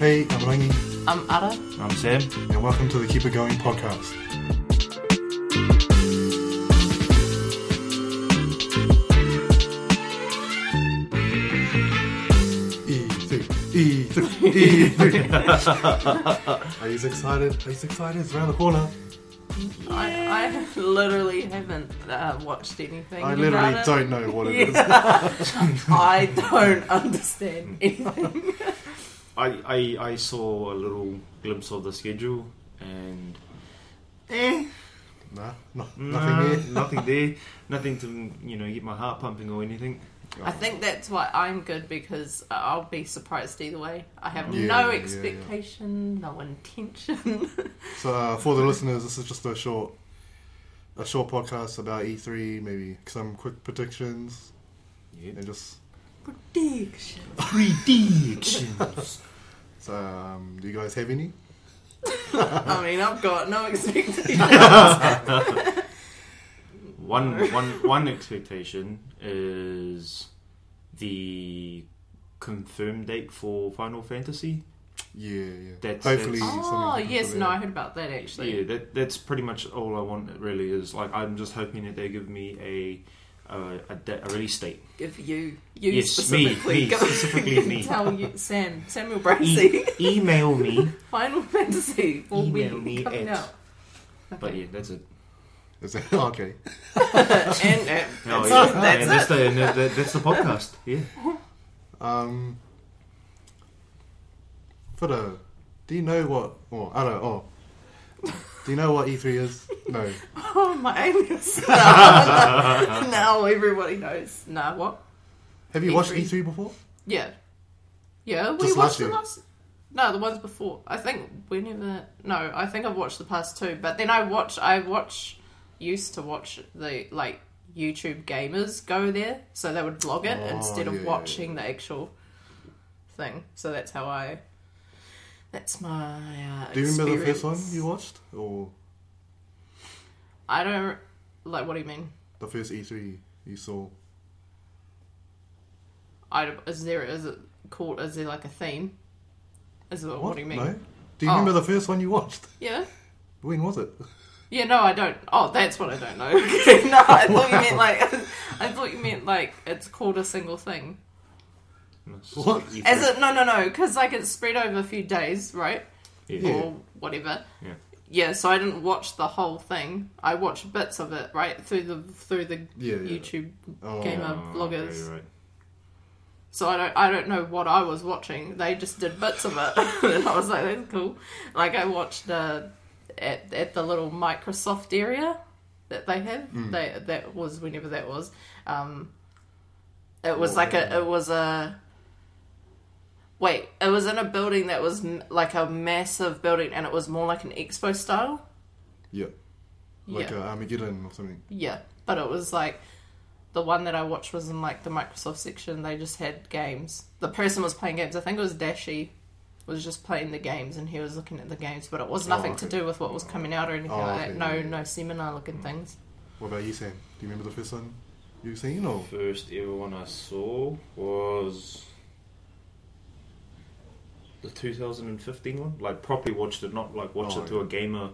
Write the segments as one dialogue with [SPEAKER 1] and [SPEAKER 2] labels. [SPEAKER 1] I'm Um, Ada.
[SPEAKER 2] I'm Sam.
[SPEAKER 3] And welcome to the Keep It Going podcast. E3, E E3, E3. Are you excited? Are you excited? It's around the corner.
[SPEAKER 1] I, I literally haven't uh, watched anything.
[SPEAKER 3] I literally
[SPEAKER 1] about it.
[SPEAKER 3] don't know what it is.
[SPEAKER 1] Yeah. I don't understand anything.
[SPEAKER 2] I, I, I saw a little glimpse of the schedule and eh,
[SPEAKER 3] Nah, no,
[SPEAKER 2] nah,
[SPEAKER 3] nothing here.
[SPEAKER 2] nothing there, nothing to you know get my heart pumping or anything. Oh,
[SPEAKER 1] I think that's why I'm good because I'll be surprised either way. I have
[SPEAKER 3] Yeah, yeah,
[SPEAKER 1] no
[SPEAKER 3] yeah.
[SPEAKER 1] expectation, no intention.
[SPEAKER 3] So uh, for the listeners, this is just a short, a short podcast about E3, maybe some quick predictions,
[SPEAKER 2] Yeah.
[SPEAKER 3] and just
[SPEAKER 1] Prediction.
[SPEAKER 2] Predictions.
[SPEAKER 3] so. Um, do you guys have any?
[SPEAKER 1] I mean, I've got no expectation.
[SPEAKER 2] one one one expectation is the confirmed date for Final Fantasy.
[SPEAKER 3] Yeah, yeah.
[SPEAKER 2] That's-
[SPEAKER 3] Hopefully,
[SPEAKER 2] that's-
[SPEAKER 3] something
[SPEAKER 1] oh,
[SPEAKER 3] happens
[SPEAKER 1] yes,
[SPEAKER 3] for
[SPEAKER 1] no, I
[SPEAKER 3] that.
[SPEAKER 1] heard about that actually.
[SPEAKER 2] Yeah, that that's pretty much all I want. Really, is like I'm just hoping that they give me a a, a, da- a release date.
[SPEAKER 1] Give you, you
[SPEAKER 2] Yes, me,
[SPEAKER 1] specifically.
[SPEAKER 2] me, specifically me.
[SPEAKER 1] Tell you, Sam, Samuel
[SPEAKER 2] E-
[SPEAKER 1] Bracey.
[SPEAKER 2] email me.
[SPEAKER 1] Final Fantasy will
[SPEAKER 2] Email
[SPEAKER 1] be
[SPEAKER 2] me
[SPEAKER 1] coming
[SPEAKER 2] at-
[SPEAKER 1] out.
[SPEAKER 2] But yeah, that's it.
[SPEAKER 3] Is that- okay?
[SPEAKER 1] and, uh,
[SPEAKER 2] Oh,
[SPEAKER 1] that's,
[SPEAKER 2] yeah.
[SPEAKER 1] that's
[SPEAKER 2] And
[SPEAKER 1] it.
[SPEAKER 2] that's, the, and that- that's the podcast. Yeah.
[SPEAKER 3] Um, Fido, do you know what? Oh, I don't. Oh, do you know what E3 is? No.
[SPEAKER 1] Oh my alias. now, everybody knows. Nah, what?
[SPEAKER 3] Have you watched
[SPEAKER 1] E3?
[SPEAKER 3] E3 before?
[SPEAKER 1] Yeah. Yeah, we
[SPEAKER 3] Just
[SPEAKER 1] watched
[SPEAKER 3] last
[SPEAKER 1] the
[SPEAKER 3] year.
[SPEAKER 1] last No, the ones before. I think whenever no, I think I've watched the past two, but then I watch I watch used to watch the like YouTube gamers go there, so they would vlog it
[SPEAKER 3] Oh,
[SPEAKER 1] instead
[SPEAKER 3] yeah,
[SPEAKER 1] of
[SPEAKER 3] yeah,
[SPEAKER 1] watching the actual thing. So that's how I that's my uh,
[SPEAKER 3] Do you remember the first one
[SPEAKER 1] experience.
[SPEAKER 3] you watched, or
[SPEAKER 1] I don't like what do you mean?
[SPEAKER 3] the first E3 you saw?
[SPEAKER 1] I, is there is it called is there like a theme? Is it what, do you mean?
[SPEAKER 3] No. Do you
[SPEAKER 1] Oh.
[SPEAKER 3] remember the first one you watched?
[SPEAKER 1] Yeah.
[SPEAKER 3] When was it?
[SPEAKER 1] Yeah, no, I don't. Oh, that's what I don't know. Okay, no, I thought you meant like, I thought you meant like it's called a single thing.
[SPEAKER 3] What?
[SPEAKER 1] As it? No, no, no, because like it's spread over a few days, right?
[SPEAKER 2] Yeah.
[SPEAKER 1] Or whatever.
[SPEAKER 2] Yeah.
[SPEAKER 1] Yeah. So I didn't watch the whole thing. I watched bits of it, right, through the through the
[SPEAKER 3] Yeah, yeah.
[SPEAKER 1] YouTube.
[SPEAKER 3] Oh,
[SPEAKER 1] Game of-
[SPEAKER 2] Oh,
[SPEAKER 1] vloggers.
[SPEAKER 2] okay, right.
[SPEAKER 1] So I don't, I don't know what I was watching. They just did bits of it, and I was like, "That's cool." Like I watched uh, at at the little Microsoft area that they have. They that was whenever that was. Um, it was
[SPEAKER 3] What
[SPEAKER 1] like
[SPEAKER 3] was
[SPEAKER 1] a it was a wait. It was in a building that was m- like a massive building, and it was more like an expo style.
[SPEAKER 3] yeah. Like
[SPEAKER 1] yeah,
[SPEAKER 3] uh, Armageddon or something.
[SPEAKER 1] yeah. But it was like the one that I watched was in like the Microsoft section. They just had games. The person was playing games. I think it was Dashy was just playing the games and he was looking at the games, but it was
[SPEAKER 3] Oh,
[SPEAKER 1] nothing to
[SPEAKER 3] okay.
[SPEAKER 1] do with what was coming out or anything
[SPEAKER 3] Oh,
[SPEAKER 1] like that.
[SPEAKER 3] okay,
[SPEAKER 1] No,
[SPEAKER 3] yeah, yeah.
[SPEAKER 1] no seminar looking things.
[SPEAKER 3] What about you, Sam? Do you remember the first one you seen or?
[SPEAKER 2] First ever one I saw was the 2015 one. Like properly watched it, not like watched
[SPEAKER 3] Oh,
[SPEAKER 2] it through
[SPEAKER 3] yeah.
[SPEAKER 2] a gamer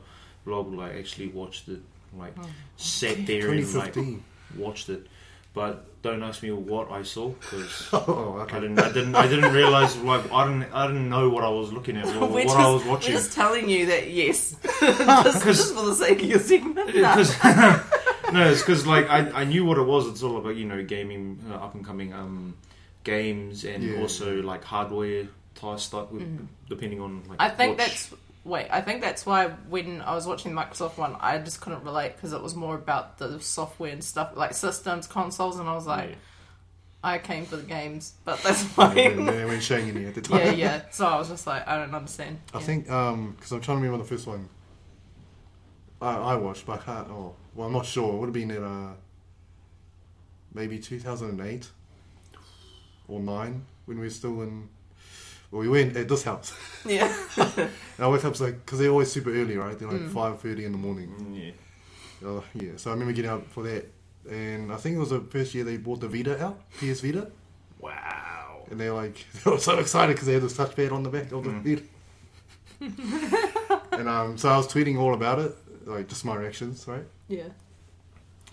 [SPEAKER 2] vlog. Like actually watched it. Like
[SPEAKER 1] Oh.
[SPEAKER 2] sat there and like
[SPEAKER 3] 2015.
[SPEAKER 2] watched it. But don't ask me what I saw because
[SPEAKER 3] Oh, okay.
[SPEAKER 2] I didn't. I didn't. I didn't realize. Like I didn't. I didn't know what I was looking at or what
[SPEAKER 1] just,
[SPEAKER 2] I was
[SPEAKER 1] we're
[SPEAKER 2] watching.
[SPEAKER 1] just telling you that yes. just, just for the sake of your segment. Nah.
[SPEAKER 2] Because no, it's because like I, I knew what it was. It's all about you know gaming, uh, up and coming um, games, and
[SPEAKER 3] Yeah.
[SPEAKER 2] also like hardware tie stuff, with, depending on. Like,
[SPEAKER 1] Mm-hmm. I think
[SPEAKER 2] watch.
[SPEAKER 1] that's wait. I think that's why when I was watching the Microsoft one, I just couldn't relate because it was more about the software and stuff, like systems, consoles, and I was like,
[SPEAKER 2] Yeah.
[SPEAKER 1] I came for the games, but that's
[SPEAKER 3] Oh, They weren't-
[SPEAKER 1] fine.
[SPEAKER 3] they weren't showing any at the time.
[SPEAKER 1] yeah, yeah. So I was just like, I don't understand.
[SPEAKER 3] I
[SPEAKER 1] Yeah.
[SPEAKER 3] think um because I'm trying to remember the first one. I I watched, but I can't. Oh, well, I'm not sure. It would have been in uh maybe 2008 or nine when we were still in. Well, we went at this house.
[SPEAKER 1] Yeah.
[SPEAKER 3] And I woke up like because they're always super early, right? They're like
[SPEAKER 1] Mm.
[SPEAKER 3] five thirty in the morning.
[SPEAKER 2] Mm, yeah.
[SPEAKER 3] Uh, yeah, so I remember getting up for that, and I think it was the first year they bought the Vita out, PS Vita,
[SPEAKER 2] Wow.
[SPEAKER 1] Mm.
[SPEAKER 3] and they're like they were so excited because they had this touchpad on the back of the Vita. and um, so I was tweeting all about it, like just my reactions, right?
[SPEAKER 1] Yeah.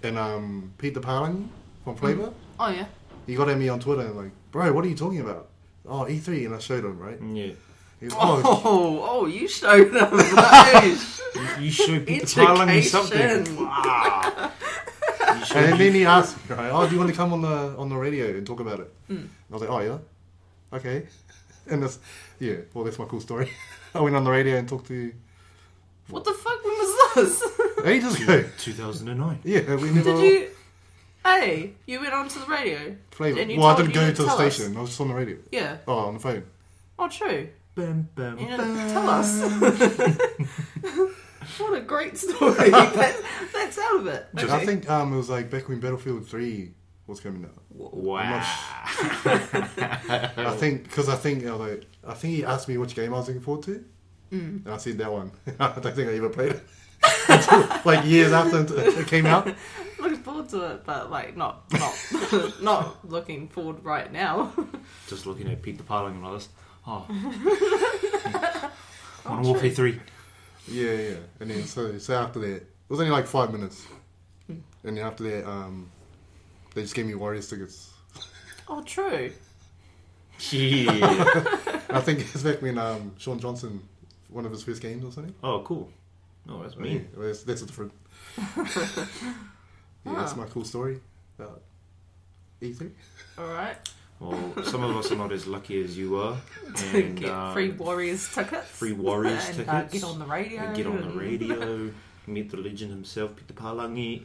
[SPEAKER 3] And um, Peter Parlin from Flavor,
[SPEAKER 1] Oh yeah.
[SPEAKER 3] he got at me on Twitter and like, bro, what are you talking about? Oh, E3, and I showed him, right?
[SPEAKER 2] Yeah.
[SPEAKER 3] He was, oh,
[SPEAKER 1] Oh, oh, you showed them. those.
[SPEAKER 2] You should be telling me
[SPEAKER 1] Education.
[SPEAKER 2] something. Wow. You should
[SPEAKER 3] and
[SPEAKER 2] be-
[SPEAKER 3] then he asked, me, right? Oh, do you want to come on the on the radio and talk about it?
[SPEAKER 1] Mm.
[SPEAKER 3] And I was like, oh yeah, okay. And that's yeah, well, that's my cool story. I went on the radio and talked to
[SPEAKER 1] what the fuck when was this?
[SPEAKER 3] ages ago.
[SPEAKER 2] 2009.
[SPEAKER 3] Yeah, we never
[SPEAKER 1] Did you? Hey, you went onto the radio.
[SPEAKER 3] played
[SPEAKER 1] and
[SPEAKER 3] it.
[SPEAKER 1] you
[SPEAKER 3] Well, I
[SPEAKER 1] told-
[SPEAKER 3] didn't go
[SPEAKER 1] you didn't
[SPEAKER 3] to the
[SPEAKER 1] tell us.
[SPEAKER 3] station. I was just on the radio.
[SPEAKER 1] Yeah.
[SPEAKER 3] Oh, on the phone.
[SPEAKER 1] Oh, true.
[SPEAKER 2] Bam, bam,
[SPEAKER 1] You
[SPEAKER 2] bam.
[SPEAKER 1] didn't tell us. what a great story. That's, that's out of it.
[SPEAKER 3] And I think um, it was like back when Battlefield Three was coming out.
[SPEAKER 2] Wow.
[SPEAKER 3] I think because I think you know, like, I think he asked me which game I was looking forward to,
[SPEAKER 1] Mm.
[SPEAKER 3] and I said that one. I don't think I ever played it. Until, like years after it came out.
[SPEAKER 1] Looking forward to it, but like not not not looking forward right now.
[SPEAKER 2] Just looking at Peter Parling and all this. Oh. On Warfare 3.
[SPEAKER 1] Oh,
[SPEAKER 3] Yeah, yeah. And then so so after that, it was only like five minutes,
[SPEAKER 1] Mm.
[SPEAKER 3] and then after that, um, they just gave me Warriors tickets.
[SPEAKER 1] Oh, true.
[SPEAKER 2] Yeah.
[SPEAKER 3] I think it's back when um, Sean Johnson, one of his first games or something.
[SPEAKER 2] oh, cool. Oh, that's
[SPEAKER 3] Yeah,
[SPEAKER 2] me.
[SPEAKER 3] well, that's, that's a different. yeah, that's my cool story about E E3.
[SPEAKER 1] All right.
[SPEAKER 2] Well, some of us are not as lucky as you are.
[SPEAKER 1] To
[SPEAKER 2] And,
[SPEAKER 1] get
[SPEAKER 2] um,
[SPEAKER 1] free Warriors tickets.
[SPEAKER 2] free Warriors
[SPEAKER 1] and, Uh,
[SPEAKER 2] tickets.
[SPEAKER 1] get on the radio.
[SPEAKER 2] and get on the
[SPEAKER 1] and-
[SPEAKER 2] radio. Meet the legend himself, Peter Palangi.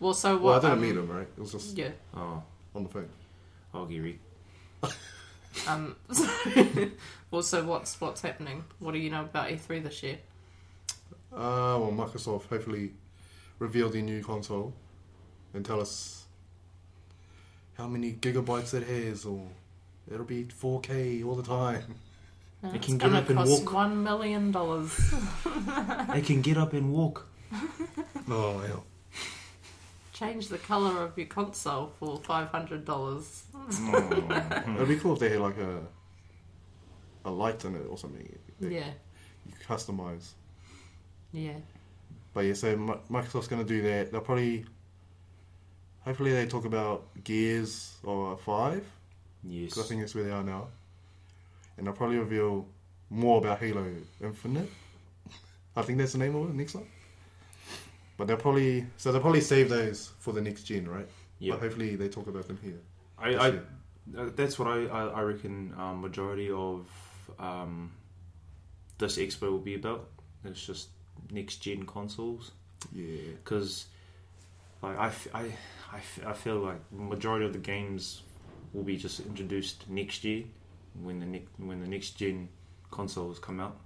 [SPEAKER 1] Well, so
[SPEAKER 3] Well, I
[SPEAKER 1] what?
[SPEAKER 3] didn't
[SPEAKER 1] um,
[SPEAKER 3] meet him, right? It was just
[SPEAKER 1] Yeah.
[SPEAKER 2] Oh,
[SPEAKER 3] on the phone.
[SPEAKER 2] Ogiri.
[SPEAKER 1] Um. well, so what's what's happening? What do you know about E3 this year?
[SPEAKER 3] Uh, well, Microsoft hopefully reveal their new console and tell us how many gigabytes it has, or it'll be 4K all the time.
[SPEAKER 1] No,
[SPEAKER 2] They
[SPEAKER 1] it's
[SPEAKER 2] can get
[SPEAKER 1] gonna
[SPEAKER 2] up and
[SPEAKER 1] cost
[SPEAKER 2] walk.
[SPEAKER 1] One million dollars.
[SPEAKER 2] I can get up and walk.
[SPEAKER 3] Oh, hell.
[SPEAKER 1] Change the color of your console for five hundred dollars.
[SPEAKER 3] It'd be cool if they had like a a light in it or something. that
[SPEAKER 1] Yeah.
[SPEAKER 3] You could customize.
[SPEAKER 1] Yeah.
[SPEAKER 3] But yeah, so Mi- Microsoft's going to do that. They'll probably, hopefully, they talk about Gears or Five
[SPEAKER 2] Yes.
[SPEAKER 3] because I think that's where they are now. And they'll probably reveal more about Halo Infinite. I think that's the name of it next one. But they'll probably so they'll probably save those for the next gen, right?
[SPEAKER 2] Yeah.
[SPEAKER 3] But hopefully they talk about them here.
[SPEAKER 2] I,
[SPEAKER 3] That's
[SPEAKER 2] I
[SPEAKER 3] it.
[SPEAKER 2] uh, that's what I I, I reckon um, majority of um, this expo will be about. It's just next gen consoles
[SPEAKER 3] Yeah.
[SPEAKER 2] because like I, f- I- I f- I feel like majority of the games will be just introduced next year when the next when the next gen consoles come out.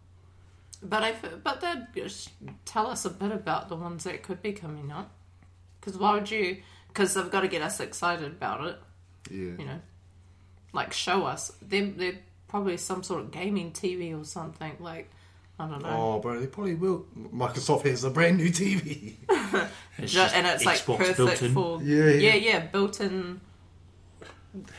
[SPEAKER 1] But I f- but they'd just tell us a bit about the ones that could be coming up. Because why would you? Because they've got to get us excited about it.
[SPEAKER 3] Yeah.
[SPEAKER 1] You know, like show us. They're, they're probably some sort of gaming TV or something. Like I don't know.
[SPEAKER 3] Oh, bro, they probably will. Microsoft has a brand new TV.
[SPEAKER 2] It's
[SPEAKER 1] Ju-
[SPEAKER 2] just
[SPEAKER 1] and it's like
[SPEAKER 2] Xbox
[SPEAKER 1] perfect
[SPEAKER 2] built in.
[SPEAKER 1] for
[SPEAKER 3] Yeah,
[SPEAKER 1] yeah,
[SPEAKER 3] yeah.
[SPEAKER 1] yeah, built in.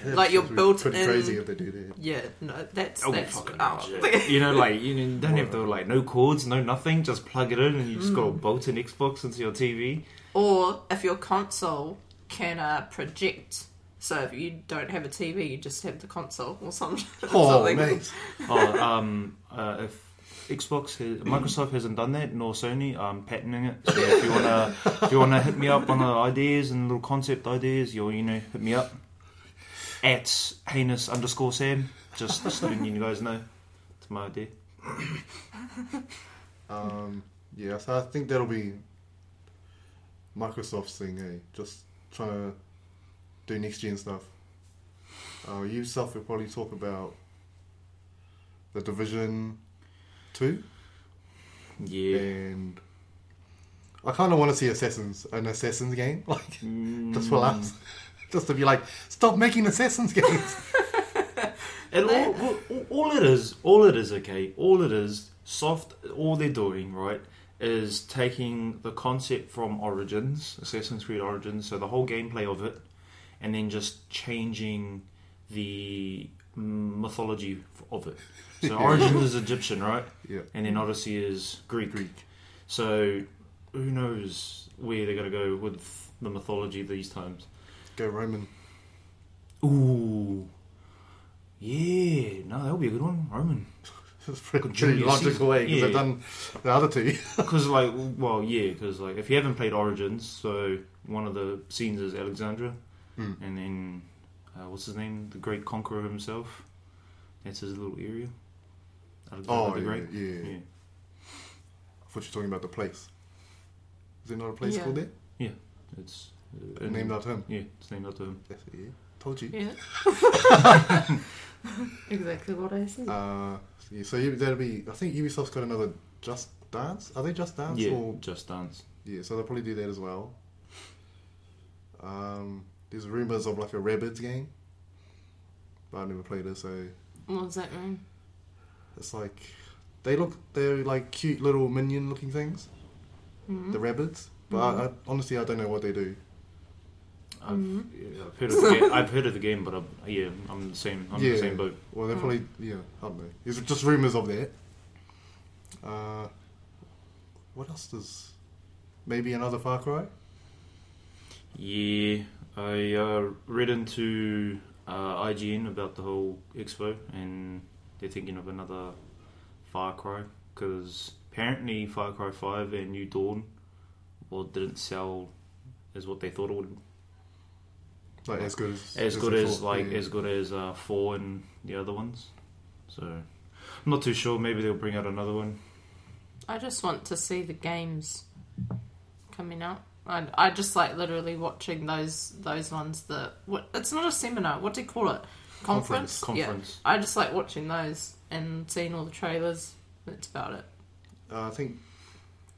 [SPEAKER 3] That's
[SPEAKER 1] Like your built
[SPEAKER 3] pretty
[SPEAKER 1] in-
[SPEAKER 3] crazy if they do that.
[SPEAKER 1] Yeah, no, that's
[SPEAKER 2] Oh,
[SPEAKER 1] that's
[SPEAKER 2] fucking
[SPEAKER 1] oh.
[SPEAKER 2] you know, like you know, don't have to like no cords, no nothing. Just plug it in, and you just
[SPEAKER 1] Mm.
[SPEAKER 2] got a bolt-in Xbox into your TV.
[SPEAKER 1] or if your console can uh, project. So if you don't have a TV, you just have the console or some,
[SPEAKER 3] Oh,
[SPEAKER 1] something.
[SPEAKER 3] mate.
[SPEAKER 2] oh, um, uh, if Xbox, has, Microsoft hasn't done that, nor Sony. I'm patenting it. So if you wanna, if you wanna hit me up on the ideas and little concept ideas, you'll you know hit me up at heinous underscore Sam. Just just letting you guys know, it's my idea.
[SPEAKER 3] Um, yeah, so I think that'll be Microsoft's thing, eh? Just trying to do next gen stuff. Uh, you stuff will probably talk about the Division 2
[SPEAKER 2] Yeah,
[SPEAKER 3] and. I kind of want to see Assassins, an Assassins game, like
[SPEAKER 2] Mm.
[SPEAKER 3] just for laughs, just to be like, stop making Assassins games.
[SPEAKER 2] it, all, all, all it is, all it is, okay, all it is, soft. All they're doing right is taking the concept from Origins, Assassin's Creed Origins, so the whole gameplay of it, and then just changing the mythology of it. So origin is Egyptian, right?
[SPEAKER 3] Yeah.
[SPEAKER 2] And then Odyssey is Greek.
[SPEAKER 3] Greek.
[SPEAKER 2] So who knows where they're going to go with the mythology these times?
[SPEAKER 3] Go Roman.
[SPEAKER 2] Ooh. Yeah, no, that would be a good one, Roman.
[SPEAKER 3] That's pretty,
[SPEAKER 2] Julius
[SPEAKER 3] pretty logical
[SPEAKER 2] Caesar.
[SPEAKER 3] way because
[SPEAKER 2] Yeah.
[SPEAKER 3] they've done the other two.
[SPEAKER 2] Because like, well, yeah, because like, if you haven't played Origins, so one of the scenes is Alexandra,
[SPEAKER 3] Hmm.
[SPEAKER 2] and then uh, what's his name, the Great Conqueror himself. That's his little area. Alexander
[SPEAKER 3] Oh,
[SPEAKER 2] the
[SPEAKER 3] yeah,
[SPEAKER 2] Great.
[SPEAKER 3] yeah, yeah.
[SPEAKER 2] yeah.
[SPEAKER 3] I thought you were talking about the place. Is there not a place
[SPEAKER 1] Yeah.
[SPEAKER 3] called that?
[SPEAKER 2] It's uh, Mm-hmm.
[SPEAKER 3] Named after him.
[SPEAKER 2] Yeah, it's named after him.
[SPEAKER 3] That's it, yeah. Told you.
[SPEAKER 1] Yeah. exactly what I said.
[SPEAKER 3] Uh, yeah, so you, that'll be. I think Ubisoft's got another Just Dance. Are they Just Dance
[SPEAKER 2] yeah,
[SPEAKER 3] or
[SPEAKER 2] Just Dance.
[SPEAKER 3] yeah? So they'll probably do that as well. Um, there's rumors of like a Rabbids game, but I've never played it. So
[SPEAKER 1] What does that mean?
[SPEAKER 3] it's like they look they're like cute little minion looking things,
[SPEAKER 1] Mhm.
[SPEAKER 3] the Rabbids. But I, I, honestly, I don't know what they do.
[SPEAKER 2] I've, yeah, I've heard of the game. I've heard of the game, but I'm, yeah, I'm the same. I'm in
[SPEAKER 3] Yeah.
[SPEAKER 2] the same boat.
[SPEAKER 3] Well, they're
[SPEAKER 1] Mm.
[SPEAKER 3] probably yeah. I don't know. There's just rumors of that. Uh, what else does? Maybe another Far Cry.
[SPEAKER 2] Yeah, I uh, read into uh, IGN about the whole expo, and they're thinking of another Far Cry because apparently Far Cry Five and New Dawn, well, didn't sell as what they thought it would.
[SPEAKER 3] Like as good as
[SPEAKER 2] As good
[SPEAKER 3] they
[SPEAKER 2] as
[SPEAKER 3] thought.
[SPEAKER 2] like
[SPEAKER 3] Yeah.
[SPEAKER 2] as good as uh, four and the other ones. So, I'm not too sure. Maybe they'll bring out another one.
[SPEAKER 1] I just want to see the games coming out. I, I just like literally watching those those ones that what it's not a seminar. What do you call it? Conference.
[SPEAKER 2] Conference.
[SPEAKER 1] Yeah. I just like watching those and seeing all the trailers. That's about it.
[SPEAKER 3] Uh, I think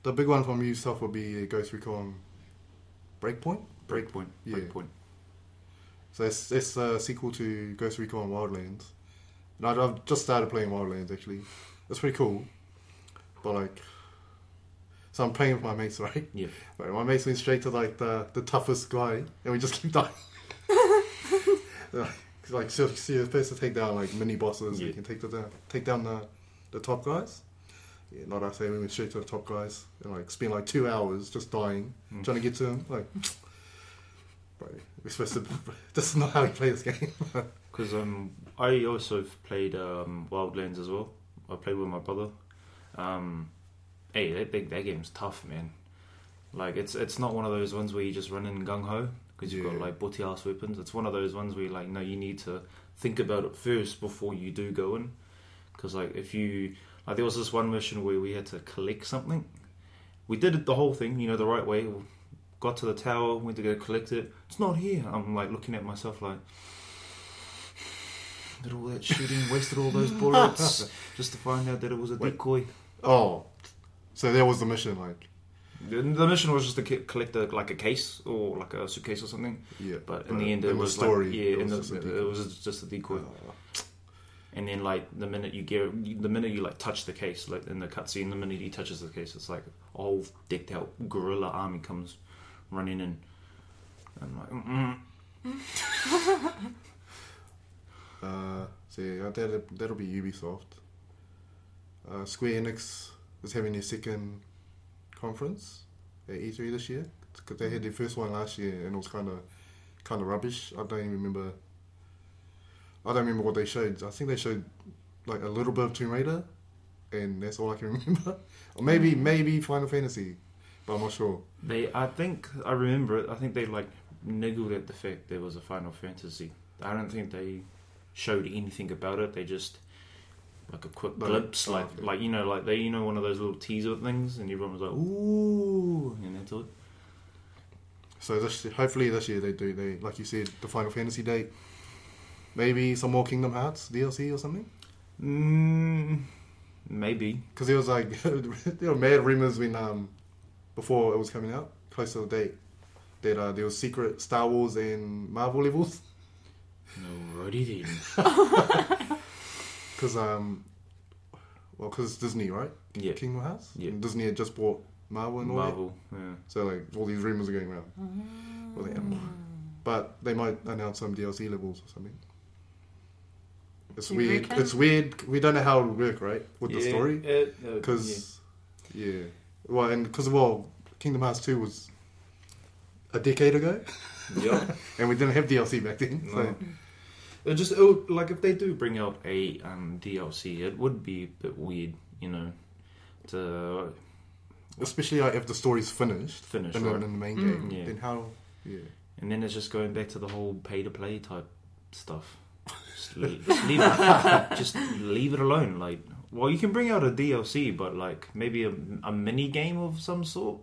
[SPEAKER 3] the big one from Ubisoft would be Ghost Recon Breakpoint.
[SPEAKER 2] Breakpoint.
[SPEAKER 3] Yeah.
[SPEAKER 2] Breakpoint.
[SPEAKER 3] So it's, it's a sequel to Ghost Recon Wildlands. And I've- I've just started playing Wildlands actually. It's pretty cool. But like, so I'm playing with my mates, right?
[SPEAKER 2] Yeah.
[SPEAKER 3] Right, my mates went straight to like the, the toughest guy, and we just keep dying. like, like so, so you're supposed to take down like mini bosses. You
[SPEAKER 2] Yeah.
[SPEAKER 3] can take the, down take down the the top guys. Yeah, not us. eh, We went straight to the top guys and like spend like two hours just dying,
[SPEAKER 2] Mm.
[SPEAKER 3] trying to get to them. Like, bro, we're supposed to. this is not how we play this game.
[SPEAKER 2] Because um, I also played um, Wildlands as well. I played with my brother. Um, hey, that, that that game's tough, man. Like it's it's not one of those ones where you just run in gung ho because you've got
[SPEAKER 3] Yeah.
[SPEAKER 2] like butty ass weapons. It's one of those ones where you're like no, you need to think about it first before you do go in. Because like if you like, there was this one mission where we had to collect something. We did it the whole thing, you know, the right way. Got to the tower, went to go collect it. It's not here. I'm like looking at myself like. Did all that shooting, wasted all those bullets just to find out that it was a
[SPEAKER 3] Wait.
[SPEAKER 2] decoy.
[SPEAKER 3] oh, so that was the mission. Like,
[SPEAKER 2] The, the mission was just to ki- collect a, like a case or like a suitcase or something.
[SPEAKER 3] yeah.
[SPEAKER 2] But in the end, it was like yeah, in the- it was, just, a decoy.
[SPEAKER 3] Oh.
[SPEAKER 2] And then like the minute you get the minute you like touch the case, like in the cutscene, the minute he touches the case, it's like a whole decked out gorilla army comes running in. I'm like, mm
[SPEAKER 3] Uh, so yeah, that'll, that'll be Ubisoft. Uh, Square Enix is having their second conference at E3 this year because they had their first one last year and it was kind of kind of rubbish. I don't even remember. I don't remember what they showed. I think they showed like a little bit of Tomb Raider, and that's all I can remember. or maybe maybe Final Fantasy, but I'm not sure.
[SPEAKER 2] They, I think, I remember it. I think they like niggled at the fact there was a Final Fantasy. I don't think they showed anything about it. They just like a quick
[SPEAKER 3] Like,
[SPEAKER 2] glimpse,
[SPEAKER 3] oh,
[SPEAKER 2] like
[SPEAKER 3] okay.
[SPEAKER 2] like you know, like they you know one of those little teaser things, and everyone was like, ooh, and that's all.
[SPEAKER 3] So this, hopefully this year they do they like you said the Final Fantasy date. Maybe some more Kingdom Hearts DLC or something.
[SPEAKER 2] Mm, maybe.
[SPEAKER 3] because there was like there were mad rumors when um before it was coming out, close to the date, that uh, there was secret Star Wars and Marvel levels
[SPEAKER 2] Alrighty then.
[SPEAKER 3] because um well because Disney right
[SPEAKER 2] Yeah.
[SPEAKER 3] Kingdom Hearts
[SPEAKER 2] Yeah.
[SPEAKER 3] And Disney had just bought Marvel and all that
[SPEAKER 2] Marvel. Yeah.
[SPEAKER 3] so like all these rumors are going around Well, they- but they might announce some DLC levels or something. It's
[SPEAKER 1] You
[SPEAKER 3] weird.
[SPEAKER 1] reckon?
[SPEAKER 3] It's weird. We don't know how it'll work, right? With the story, because yeah. well, and because well, Kingdom Hearts two was a decade ago,
[SPEAKER 2] yeah.
[SPEAKER 3] and we didn't have DLC back then. So
[SPEAKER 2] No. It just it would, like if they do bring out a um, DLC, it would be a bit weird, you know, to
[SPEAKER 3] especially like, if the story's finished
[SPEAKER 2] finish
[SPEAKER 3] in, the-
[SPEAKER 2] right.
[SPEAKER 3] in the main
[SPEAKER 1] Mm.
[SPEAKER 3] game,
[SPEAKER 2] Yeah.
[SPEAKER 3] then how? Yeah,
[SPEAKER 2] And then it's just going back to the whole pay to play type stuff. Just leave, just leave it. just leave it alone. Like, well, you can bring out a DLC, but like maybe a, a mini game of some sort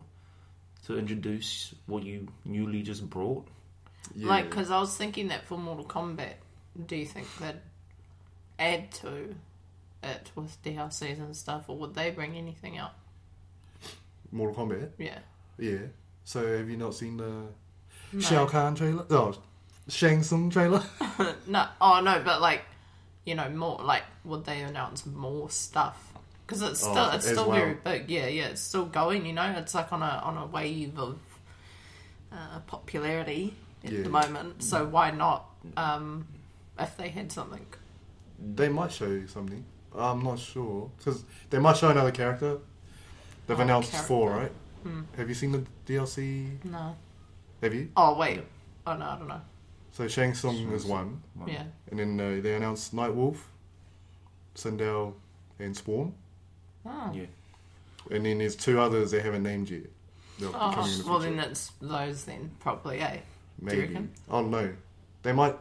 [SPEAKER 2] to introduce what you newly just brought.
[SPEAKER 3] yeah.
[SPEAKER 1] Like, because I was thinking that for Mortal Kombat, do you think they'd add to it with DLCs and stuff, or would they bring anything out?
[SPEAKER 3] Mortal Kombat.
[SPEAKER 1] Yeah.
[SPEAKER 3] Yeah. So have you not seen the
[SPEAKER 1] No.
[SPEAKER 3] Shao Kahn trailer? Oh, Shang Tsung trailer.
[SPEAKER 1] No, oh no, but like, you know, more like would they announce more stuff? Because it's
[SPEAKER 3] Oh,
[SPEAKER 1] still it's
[SPEAKER 3] as
[SPEAKER 1] still
[SPEAKER 3] well.
[SPEAKER 1] very big. Yeah, yeah, it's still going. You know, it's like on a on a wave of uh, popularity at
[SPEAKER 3] Yeah.
[SPEAKER 1] the moment. So why not? Um, if they had something,
[SPEAKER 3] They might show you something. I'm not sure because they might show another character. They've
[SPEAKER 1] Oh,
[SPEAKER 3] announced four, right?
[SPEAKER 1] character. Hmm.
[SPEAKER 3] Have you seen the DLC?
[SPEAKER 1] no.
[SPEAKER 3] Have you?
[SPEAKER 1] Oh wait,
[SPEAKER 2] Yeah.
[SPEAKER 1] oh no, I don't know.
[SPEAKER 3] So Shang Tsung
[SPEAKER 2] Shang
[SPEAKER 3] is
[SPEAKER 2] Tsung.
[SPEAKER 3] one,
[SPEAKER 2] Like,
[SPEAKER 1] Yeah,
[SPEAKER 3] and then uh, they announced Nightwolf, Sindel, and Spawn,
[SPEAKER 1] oh,
[SPEAKER 2] Yeah.
[SPEAKER 3] and then there's two others they haven't named yet. They'll be coming in
[SPEAKER 1] oh
[SPEAKER 3] the
[SPEAKER 1] well
[SPEAKER 3] future.
[SPEAKER 1] then it's those then probably eh. you
[SPEAKER 3] maybe.
[SPEAKER 1] reckon?
[SPEAKER 3] Oh no, they might.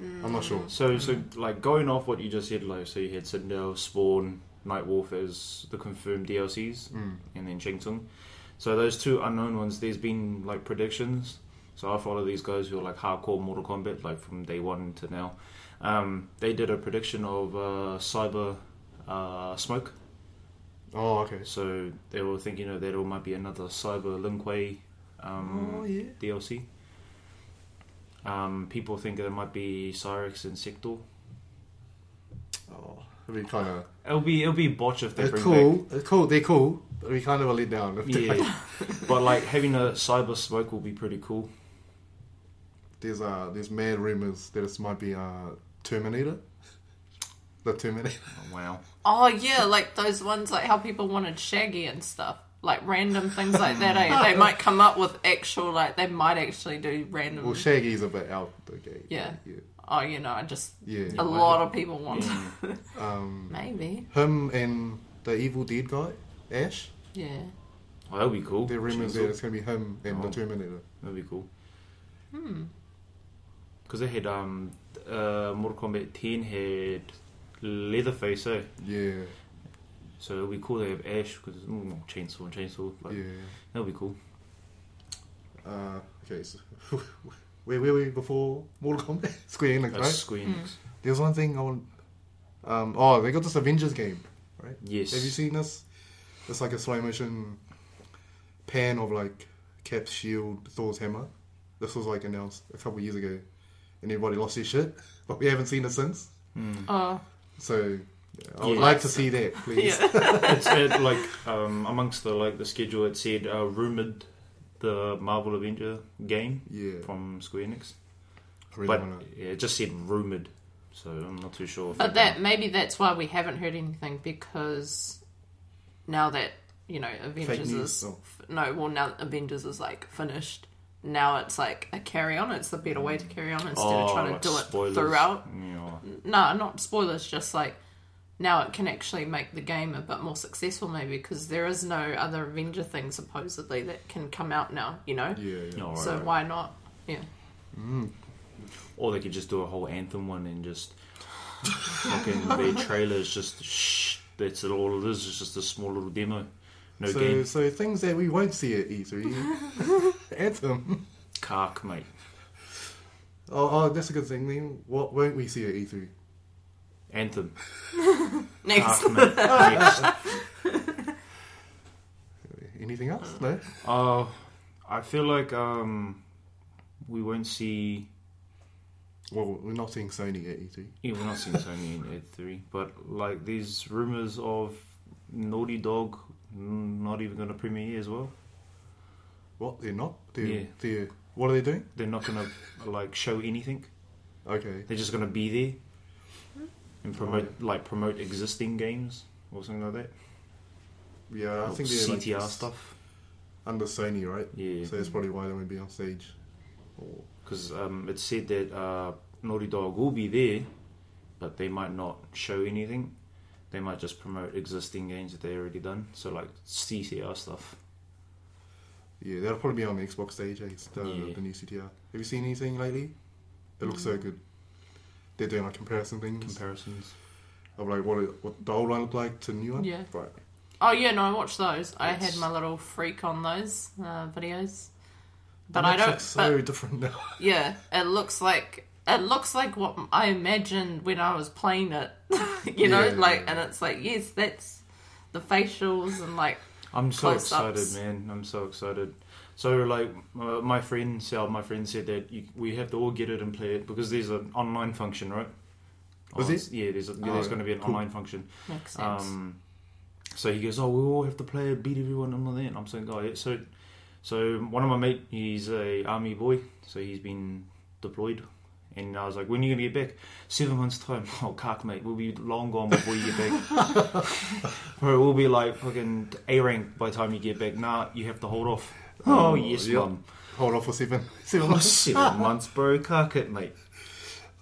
[SPEAKER 1] Mm.
[SPEAKER 3] I'm not sure.
[SPEAKER 2] So, so like going off what you just said, like so you had Sindel, Spawn, Nightwolf as the confirmed DLCs,
[SPEAKER 3] Mm.
[SPEAKER 2] and then Ching Tsung. So those two unknown ones, there's been like predictions. So I follow these guys who are like hardcore Mortal Kombat, like from day one to now. Um, they did a prediction of uh, Cyber uh, Smoke.
[SPEAKER 3] Oh okay.
[SPEAKER 2] So they were thinking that there might be another Cyber Lin Kuei um,
[SPEAKER 3] oh yeah.
[SPEAKER 2] DLC. Um, people think that it might be Cyrix and Sector.
[SPEAKER 3] Oh, it'd be kind of.
[SPEAKER 2] It'll be it'll be botch if they
[SPEAKER 3] They're
[SPEAKER 2] bring
[SPEAKER 3] cool.
[SPEAKER 2] back.
[SPEAKER 3] They're cool. They're cool. But we kind of a let down. If they-
[SPEAKER 2] Yeah, but like having a Cyber Smoke will be pretty cool.
[SPEAKER 3] There's uh, there's mad rumors that this might be uh, Terminator. The Terminator.
[SPEAKER 2] Oh, wow.
[SPEAKER 1] Oh yeah, like those ones like how people wanted Shaggy and stuff. Like random things like that, eh? They might come up with actual like they might actually do random
[SPEAKER 3] Well, Shaggy's a bit out the gate.
[SPEAKER 1] Yeah.
[SPEAKER 3] Yeah.
[SPEAKER 1] Oh, you know, I just
[SPEAKER 3] yeah.
[SPEAKER 1] a lot of people want
[SPEAKER 2] Yeah.
[SPEAKER 3] Um,
[SPEAKER 1] maybe.
[SPEAKER 3] him and the Evil Dead guy, Ash.
[SPEAKER 1] Yeah.
[SPEAKER 2] Oh, that'd be cool.
[SPEAKER 3] There are rumors that
[SPEAKER 2] Chainsaw.
[SPEAKER 3] it's gonna be him and the
[SPEAKER 2] Oh.
[SPEAKER 3] Terminator.
[SPEAKER 2] That'd be cool. Because they had um, uh, Mortal Kombat 10 had Leatherface, eh?
[SPEAKER 3] Yeah.
[SPEAKER 2] So it'll be cool they have Ash because mm, chainsaw and chainsaw. Like,
[SPEAKER 3] Yeah.
[SPEAKER 2] That'll be cool.
[SPEAKER 3] Uh, okay. So, where were we before Mortal Kombat? Square Enix,
[SPEAKER 2] That's
[SPEAKER 3] right?
[SPEAKER 2] Uh, Square
[SPEAKER 1] Mm.
[SPEAKER 2] Enix.
[SPEAKER 3] There's one thing I want. Um, oh, they got this Avengers game.
[SPEAKER 2] Yes.
[SPEAKER 3] Have you seen this? It's like a slow motion pan of like Cap's shield, Thor's hammer. This was like announced a couple years ago, and everybody lost their shit. But we haven't seen it since.
[SPEAKER 2] Mm.
[SPEAKER 1] Oh,
[SPEAKER 3] So yeah, I would
[SPEAKER 2] Yeah.
[SPEAKER 3] like to see that, please.
[SPEAKER 1] yeah.
[SPEAKER 2] it's it, like um, amongst the like the schedule. It said uh, rumored the Marvel Avenger game
[SPEAKER 3] Yeah,
[SPEAKER 2] from Square Enix,
[SPEAKER 3] I really
[SPEAKER 2] but
[SPEAKER 3] wanna.
[SPEAKER 2] yeah, it just said rumored. So I'm not too sure. if
[SPEAKER 1] But
[SPEAKER 2] they're
[SPEAKER 1] that maybe that's why we haven't heard anything because now that you know Avengers
[SPEAKER 3] news,
[SPEAKER 1] is
[SPEAKER 3] oh.
[SPEAKER 1] f- no, well now Avengers is like finished. Now it's like a carry on. It's the better way to carry on instead of
[SPEAKER 2] Oh,
[SPEAKER 1] trying
[SPEAKER 2] like
[SPEAKER 1] to do
[SPEAKER 2] spoilers.
[SPEAKER 1] it throughout.
[SPEAKER 2] Yeah.
[SPEAKER 1] no, not spoilers, just like now it can actually make the game a bit more successful, maybe, because there is no other Avenger thing supposedly that can come out now, you know?
[SPEAKER 3] Yeah, Uh, yeah.
[SPEAKER 2] No,
[SPEAKER 1] so
[SPEAKER 2] right, right.
[SPEAKER 1] why not? Yeah.
[SPEAKER 2] Or they could just do a whole anthem one and just fucking their trailers just shh. That's it all it is. It's just a small little demo. No
[SPEAKER 3] so,
[SPEAKER 2] game.
[SPEAKER 3] so things that we won't see at E E3, Anthem.
[SPEAKER 2] Cark, mate.
[SPEAKER 3] Oh, oh, that's a good thing. Then what won't we see at E E3?
[SPEAKER 2] Anthem.
[SPEAKER 1] Next.
[SPEAKER 2] Cark, mate. Next.
[SPEAKER 3] Anything else? No.
[SPEAKER 2] Uh, I feel like um, we won't see.
[SPEAKER 3] Well, we're not seeing Sony at E E3.
[SPEAKER 2] Yeah, we're not seeing Sony in Ed three, but like these rumors of Naughty Dog mm, not even going to premiere as well.
[SPEAKER 3] What? They're not. They're,
[SPEAKER 2] Yeah.
[SPEAKER 3] they're what are they doing?
[SPEAKER 2] They're not going to like show anything.
[SPEAKER 3] Okay.
[SPEAKER 2] They're just going to be there. and promote like promote existing games or something like that.
[SPEAKER 3] Yeah, I
[SPEAKER 2] Or
[SPEAKER 3] think they're like,
[SPEAKER 2] CTR
[SPEAKER 3] s-
[SPEAKER 2] stuff.
[SPEAKER 3] under Sony, right?
[SPEAKER 2] Yeah,
[SPEAKER 3] So that's probably why they won't be on stage. Or,
[SPEAKER 2] because um, it said that uh, Naughty Dog will be there, but they might not show anything. They might just promote existing games that they already done. So like CTR stuff.
[SPEAKER 3] yeah, they'll probably be on the Xbox stage. Eh? It's The,
[SPEAKER 2] Yeah. Mm.
[SPEAKER 3] the new CTR. Have you seen anything lately? It looks so good. They're doing like comparison things
[SPEAKER 2] comparisons.
[SPEAKER 3] of like what it, what the old one looked like to the new one.
[SPEAKER 1] Yeah.
[SPEAKER 3] Right.
[SPEAKER 1] Oh yeah, no, I watched those. I
[SPEAKER 2] Yes.
[SPEAKER 1] had my little freak on those uh, videos,
[SPEAKER 3] It
[SPEAKER 1] but I
[SPEAKER 3] looks,
[SPEAKER 1] don't.
[SPEAKER 3] like, so different now.
[SPEAKER 1] but, yeah, it looks like it looks like what I imagined when I was playing it. you know,
[SPEAKER 3] Yeah.
[SPEAKER 1] like, and it's like yes, that's the facials and like
[SPEAKER 2] I'm so
[SPEAKER 1] Close-ups.
[SPEAKER 2] excited, man! I'm so excited. So like uh, my friend Sal, my friend said that you, we have to all get it and play it because there's an online function, right?
[SPEAKER 3] Was
[SPEAKER 2] Oh, it's- Yeah, there's a,
[SPEAKER 3] Oh,
[SPEAKER 2] there's going to be an
[SPEAKER 3] cool.
[SPEAKER 2] online function.
[SPEAKER 1] makes sense.
[SPEAKER 2] Um, so he goes, "Oh, we all have to play it, beat everyone." I'm like, "Yeah." I'm saying, "Oh, yeah." So, so one of my mate, he's a army boy, so he's been deployed, and I was like, "When are you gonna get back?" Seven months time. Oh, cock, mate, we'll be long gone before you get back. Bro, we'll be like fucking A rank by the time you get back. Nah, you have to hold off. Oh,
[SPEAKER 3] Oh,
[SPEAKER 2] yes,
[SPEAKER 3] yep.
[SPEAKER 2] mum.
[SPEAKER 3] Hold off for seven. Seven
[SPEAKER 2] Oh,
[SPEAKER 3] months.
[SPEAKER 2] seven months, bro. Cock it, mate.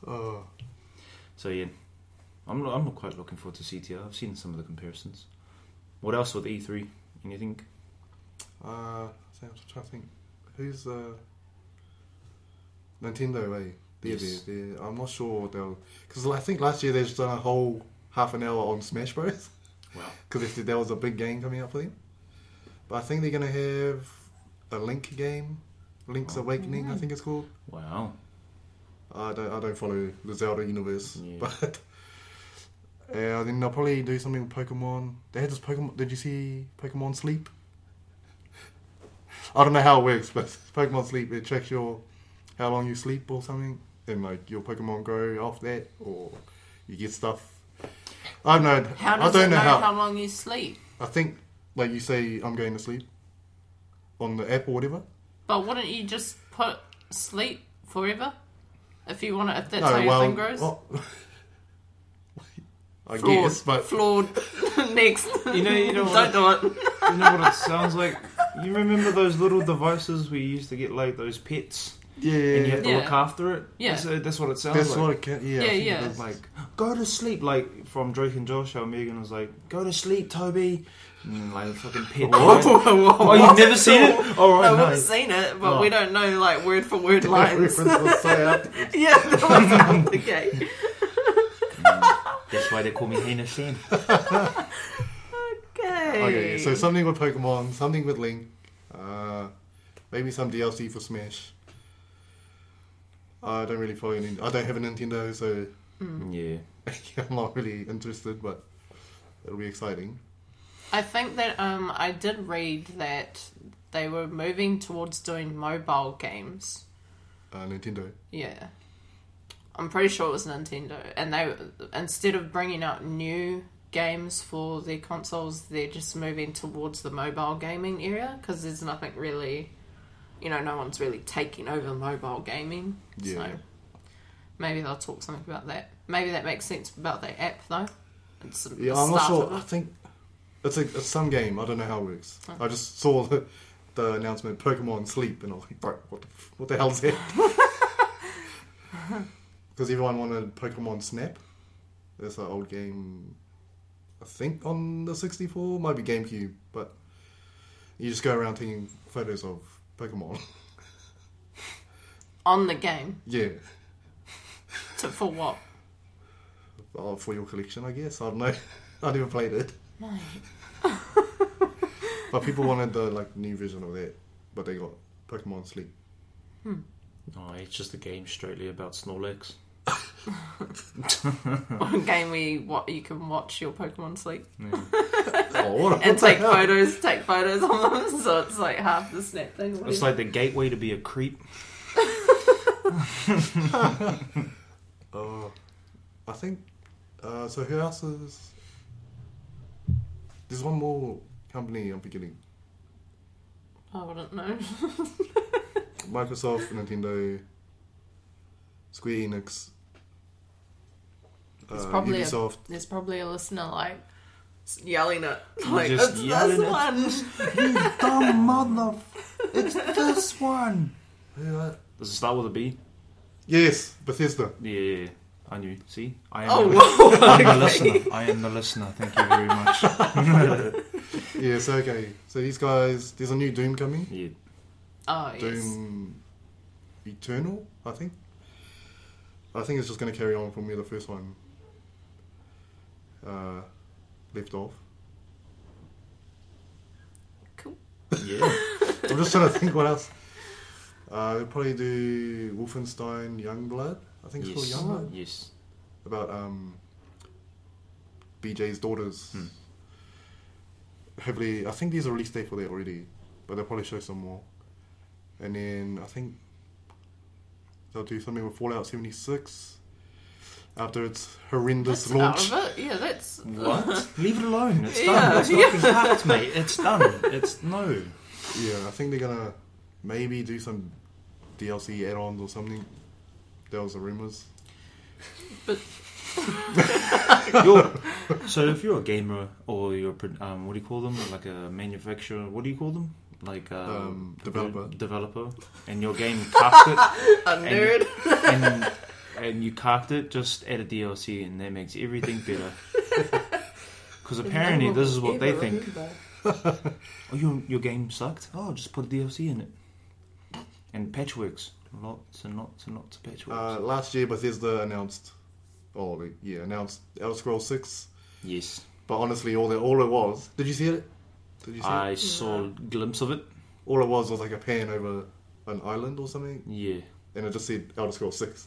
[SPEAKER 3] Oh,
[SPEAKER 2] So yeah, I'm not, I'm not quite looking forward to CTR. I've seen some of the comparisons. What else with E3? Anything?
[SPEAKER 3] uh, so I'm trying to think. Who's uh, Nintendo? Eh? They're
[SPEAKER 2] Yes.
[SPEAKER 3] there. They're, I'm not sure what they'll because I think last year they just done a whole half an hour on Smash Bros.
[SPEAKER 2] Wow.
[SPEAKER 3] because there was a big game coming up for them. But I think they're gonna have a Link game, Link's
[SPEAKER 2] Oh.
[SPEAKER 3] Awakening, I think it's called.
[SPEAKER 2] Wow.
[SPEAKER 3] I don't, I don't follow the Zelda universe,
[SPEAKER 2] Yeah.
[SPEAKER 3] but uh, then they'll probably do something with Pokemon. They had this Pokemon. Did you see Pokemon Sleep? I don't know how it works, but Pokemon Sleep it checks your how long you sleep or something, and like your Pokemon grow off that, or you get stuff. I don't know.
[SPEAKER 1] how
[SPEAKER 3] I
[SPEAKER 1] does
[SPEAKER 3] don't
[SPEAKER 1] it
[SPEAKER 3] know how.
[SPEAKER 1] long you sleep?
[SPEAKER 3] I think, like you say, I'm going to sleep on the app or whatever.
[SPEAKER 1] But wouldn't you just put sleep forever if you want to? If that's
[SPEAKER 3] No,
[SPEAKER 1] how your
[SPEAKER 3] well,
[SPEAKER 1] thing grows.
[SPEAKER 3] well, I
[SPEAKER 1] Flawed.
[SPEAKER 3] guess, but
[SPEAKER 1] flawed. Next,
[SPEAKER 2] You know- you know what-
[SPEAKER 1] don't do it.
[SPEAKER 2] You know what it sounds like? You remember those little devices we used to get, like those pets,
[SPEAKER 3] yeah,
[SPEAKER 2] and you have to
[SPEAKER 1] Yeah.
[SPEAKER 2] look after it?
[SPEAKER 1] Yeah.
[SPEAKER 2] That's, uh, that's what it sounds
[SPEAKER 3] that's
[SPEAKER 2] like.
[SPEAKER 3] what it can. Yeah, I
[SPEAKER 1] Yeah,
[SPEAKER 3] think
[SPEAKER 1] yeah.
[SPEAKER 3] that's
[SPEAKER 2] like, go to sleep. Like, from Drake and Josh, how Megan was like, go to sleep, Toby. And like, the fucking pet. died. Oh, you've never seen it?
[SPEAKER 1] No,
[SPEAKER 2] Alright,
[SPEAKER 1] we've
[SPEAKER 2] no.
[SPEAKER 1] seen it, but
[SPEAKER 2] Oh.
[SPEAKER 1] we don't know like word for word
[SPEAKER 3] that
[SPEAKER 1] lines.
[SPEAKER 3] reference was so out.
[SPEAKER 1] yeah, that was out the gate.
[SPEAKER 2] That's why they call me Hannah Shan.
[SPEAKER 1] Okay.
[SPEAKER 3] Okay, so something with Pokemon, something with Link, uh, maybe some DLC for Smash. I don't really follow. Any, I don't have a Nintendo, so
[SPEAKER 2] Yeah.
[SPEAKER 3] I'm not really interested. But it'll be exciting.
[SPEAKER 1] I think that um, I did read that they were moving towards doing mobile games.
[SPEAKER 3] Uh, Nintendo.
[SPEAKER 1] Yeah. I'm pretty sure it was Nintendo, and they instead of bringing out new games for their consoles, they're just moving towards the mobile gaming area because there's nothing really, you know, no one's really taking over mobile gaming.
[SPEAKER 3] Yeah.
[SPEAKER 1] So maybe they'll talk something about that. Maybe that makes sense about their app though. It's the
[SPEAKER 3] Yeah, I'm not
[SPEAKER 1] start
[SPEAKER 3] sure.
[SPEAKER 1] of
[SPEAKER 3] I
[SPEAKER 1] it.
[SPEAKER 3] think it's a it's some game. I don't know how it works. I just saw the, the announcement Pokemon Sleep, and I was like, bro, what the, f- what the hell's that? Because everyone wanted Pokemon Snap. That's an old game, I think, on the 64, might be GameCube, but you just go around taking photos of Pokemon.
[SPEAKER 1] on the game
[SPEAKER 3] yeah,
[SPEAKER 1] to, for what?
[SPEAKER 3] oh, for your collection, I guess. I don't know. I never played it.
[SPEAKER 1] Mate.
[SPEAKER 3] But people wanted the like new version of that, but they got Pokemon Sleep.
[SPEAKER 2] Oh, it's just a game straightly about Snorlax.
[SPEAKER 1] One game where you, what you can watch your Pokemon sleep.
[SPEAKER 2] Yeah.
[SPEAKER 3] Oh, what
[SPEAKER 1] and take photos, take photos on them. So it's like half the snap thing. or
[SPEAKER 2] It's
[SPEAKER 1] whatever.
[SPEAKER 2] like the gateway to be a creep.
[SPEAKER 3] Oh, I think. Uh, so who else is? There's one more company I'm forgetting.
[SPEAKER 1] I wouldn't know.
[SPEAKER 3] Uh, Microsoft, Nintendo, Square Enix.
[SPEAKER 1] It's
[SPEAKER 3] uh,
[SPEAKER 1] probably a-
[SPEAKER 3] Ubisoft.
[SPEAKER 1] There's probably a listener like s- yelling it, like
[SPEAKER 2] just
[SPEAKER 1] it's
[SPEAKER 2] yelling
[SPEAKER 1] this
[SPEAKER 2] it.
[SPEAKER 1] one.
[SPEAKER 2] you dumb mother. It's this one.
[SPEAKER 3] Yeah.
[SPEAKER 2] Does it start with a B?
[SPEAKER 3] Yes, Bethesda.
[SPEAKER 2] Yeah, yeah, yeah. I knew. See, I am.
[SPEAKER 1] Oh,
[SPEAKER 2] the-
[SPEAKER 1] whoa.
[SPEAKER 2] I'm the listener. I am the listener. Thank you very much.
[SPEAKER 3] Yeah, so okay. So these guys, there's a new Doom coming.
[SPEAKER 2] Yeah.
[SPEAKER 1] oh yes.
[SPEAKER 3] Doom Eternal, I think. I think it's just going to carry on from where the first one uh, left off.
[SPEAKER 1] Cool.
[SPEAKER 2] Yeah.
[SPEAKER 3] I'm just trying to think what else. Uh, they'll probably do Wolfenstein Youngblood. I think it's
[SPEAKER 2] yes.
[SPEAKER 3] called Youngblood.
[SPEAKER 2] yes.
[SPEAKER 3] About um, BJ's daughters.
[SPEAKER 2] Hmm.
[SPEAKER 3] Hopefully, I think there's a release date for that already, but they'll probably show some more. And then I think they'll do something with Fallout 76 after its horrendous
[SPEAKER 1] That's
[SPEAKER 3] launch.
[SPEAKER 1] out of it. Yeah, that's
[SPEAKER 2] What? Leave it alone. It's done.
[SPEAKER 1] Yeah,
[SPEAKER 2] it's not being hacked, mate. It's done. It's no.
[SPEAKER 3] Yeah, I think they're gonna maybe do some DLC add-ons or something. There was the rumors.
[SPEAKER 2] You're, so if you're a gamer or you're a, pro- um, what do you call them? Like a manufacturer. What do you call them? Like um,
[SPEAKER 3] Um,
[SPEAKER 2] pro-
[SPEAKER 3] developer.
[SPEAKER 2] Developer. And your game cuffed it.
[SPEAKER 1] a nerd.
[SPEAKER 2] and and you cocked it, just add a DLC, and that makes everything better. Because apparently, this is what they think. Oh, your your game sucked. Oh, just put a DLC in it. And patchworks, lots and lots and lots of patchworks.
[SPEAKER 3] Uh, last year, Bethesda announced, oh like, yeah, announced Elder Scrolls Six.
[SPEAKER 2] yes,
[SPEAKER 3] But honestly, all that all it was. Did you see it? Did you see it?
[SPEAKER 2] I saw a glimpse of it.
[SPEAKER 3] All it was was like a pan over an island or something,
[SPEAKER 2] Yeah,
[SPEAKER 3] and it just said Elder Scrolls Six.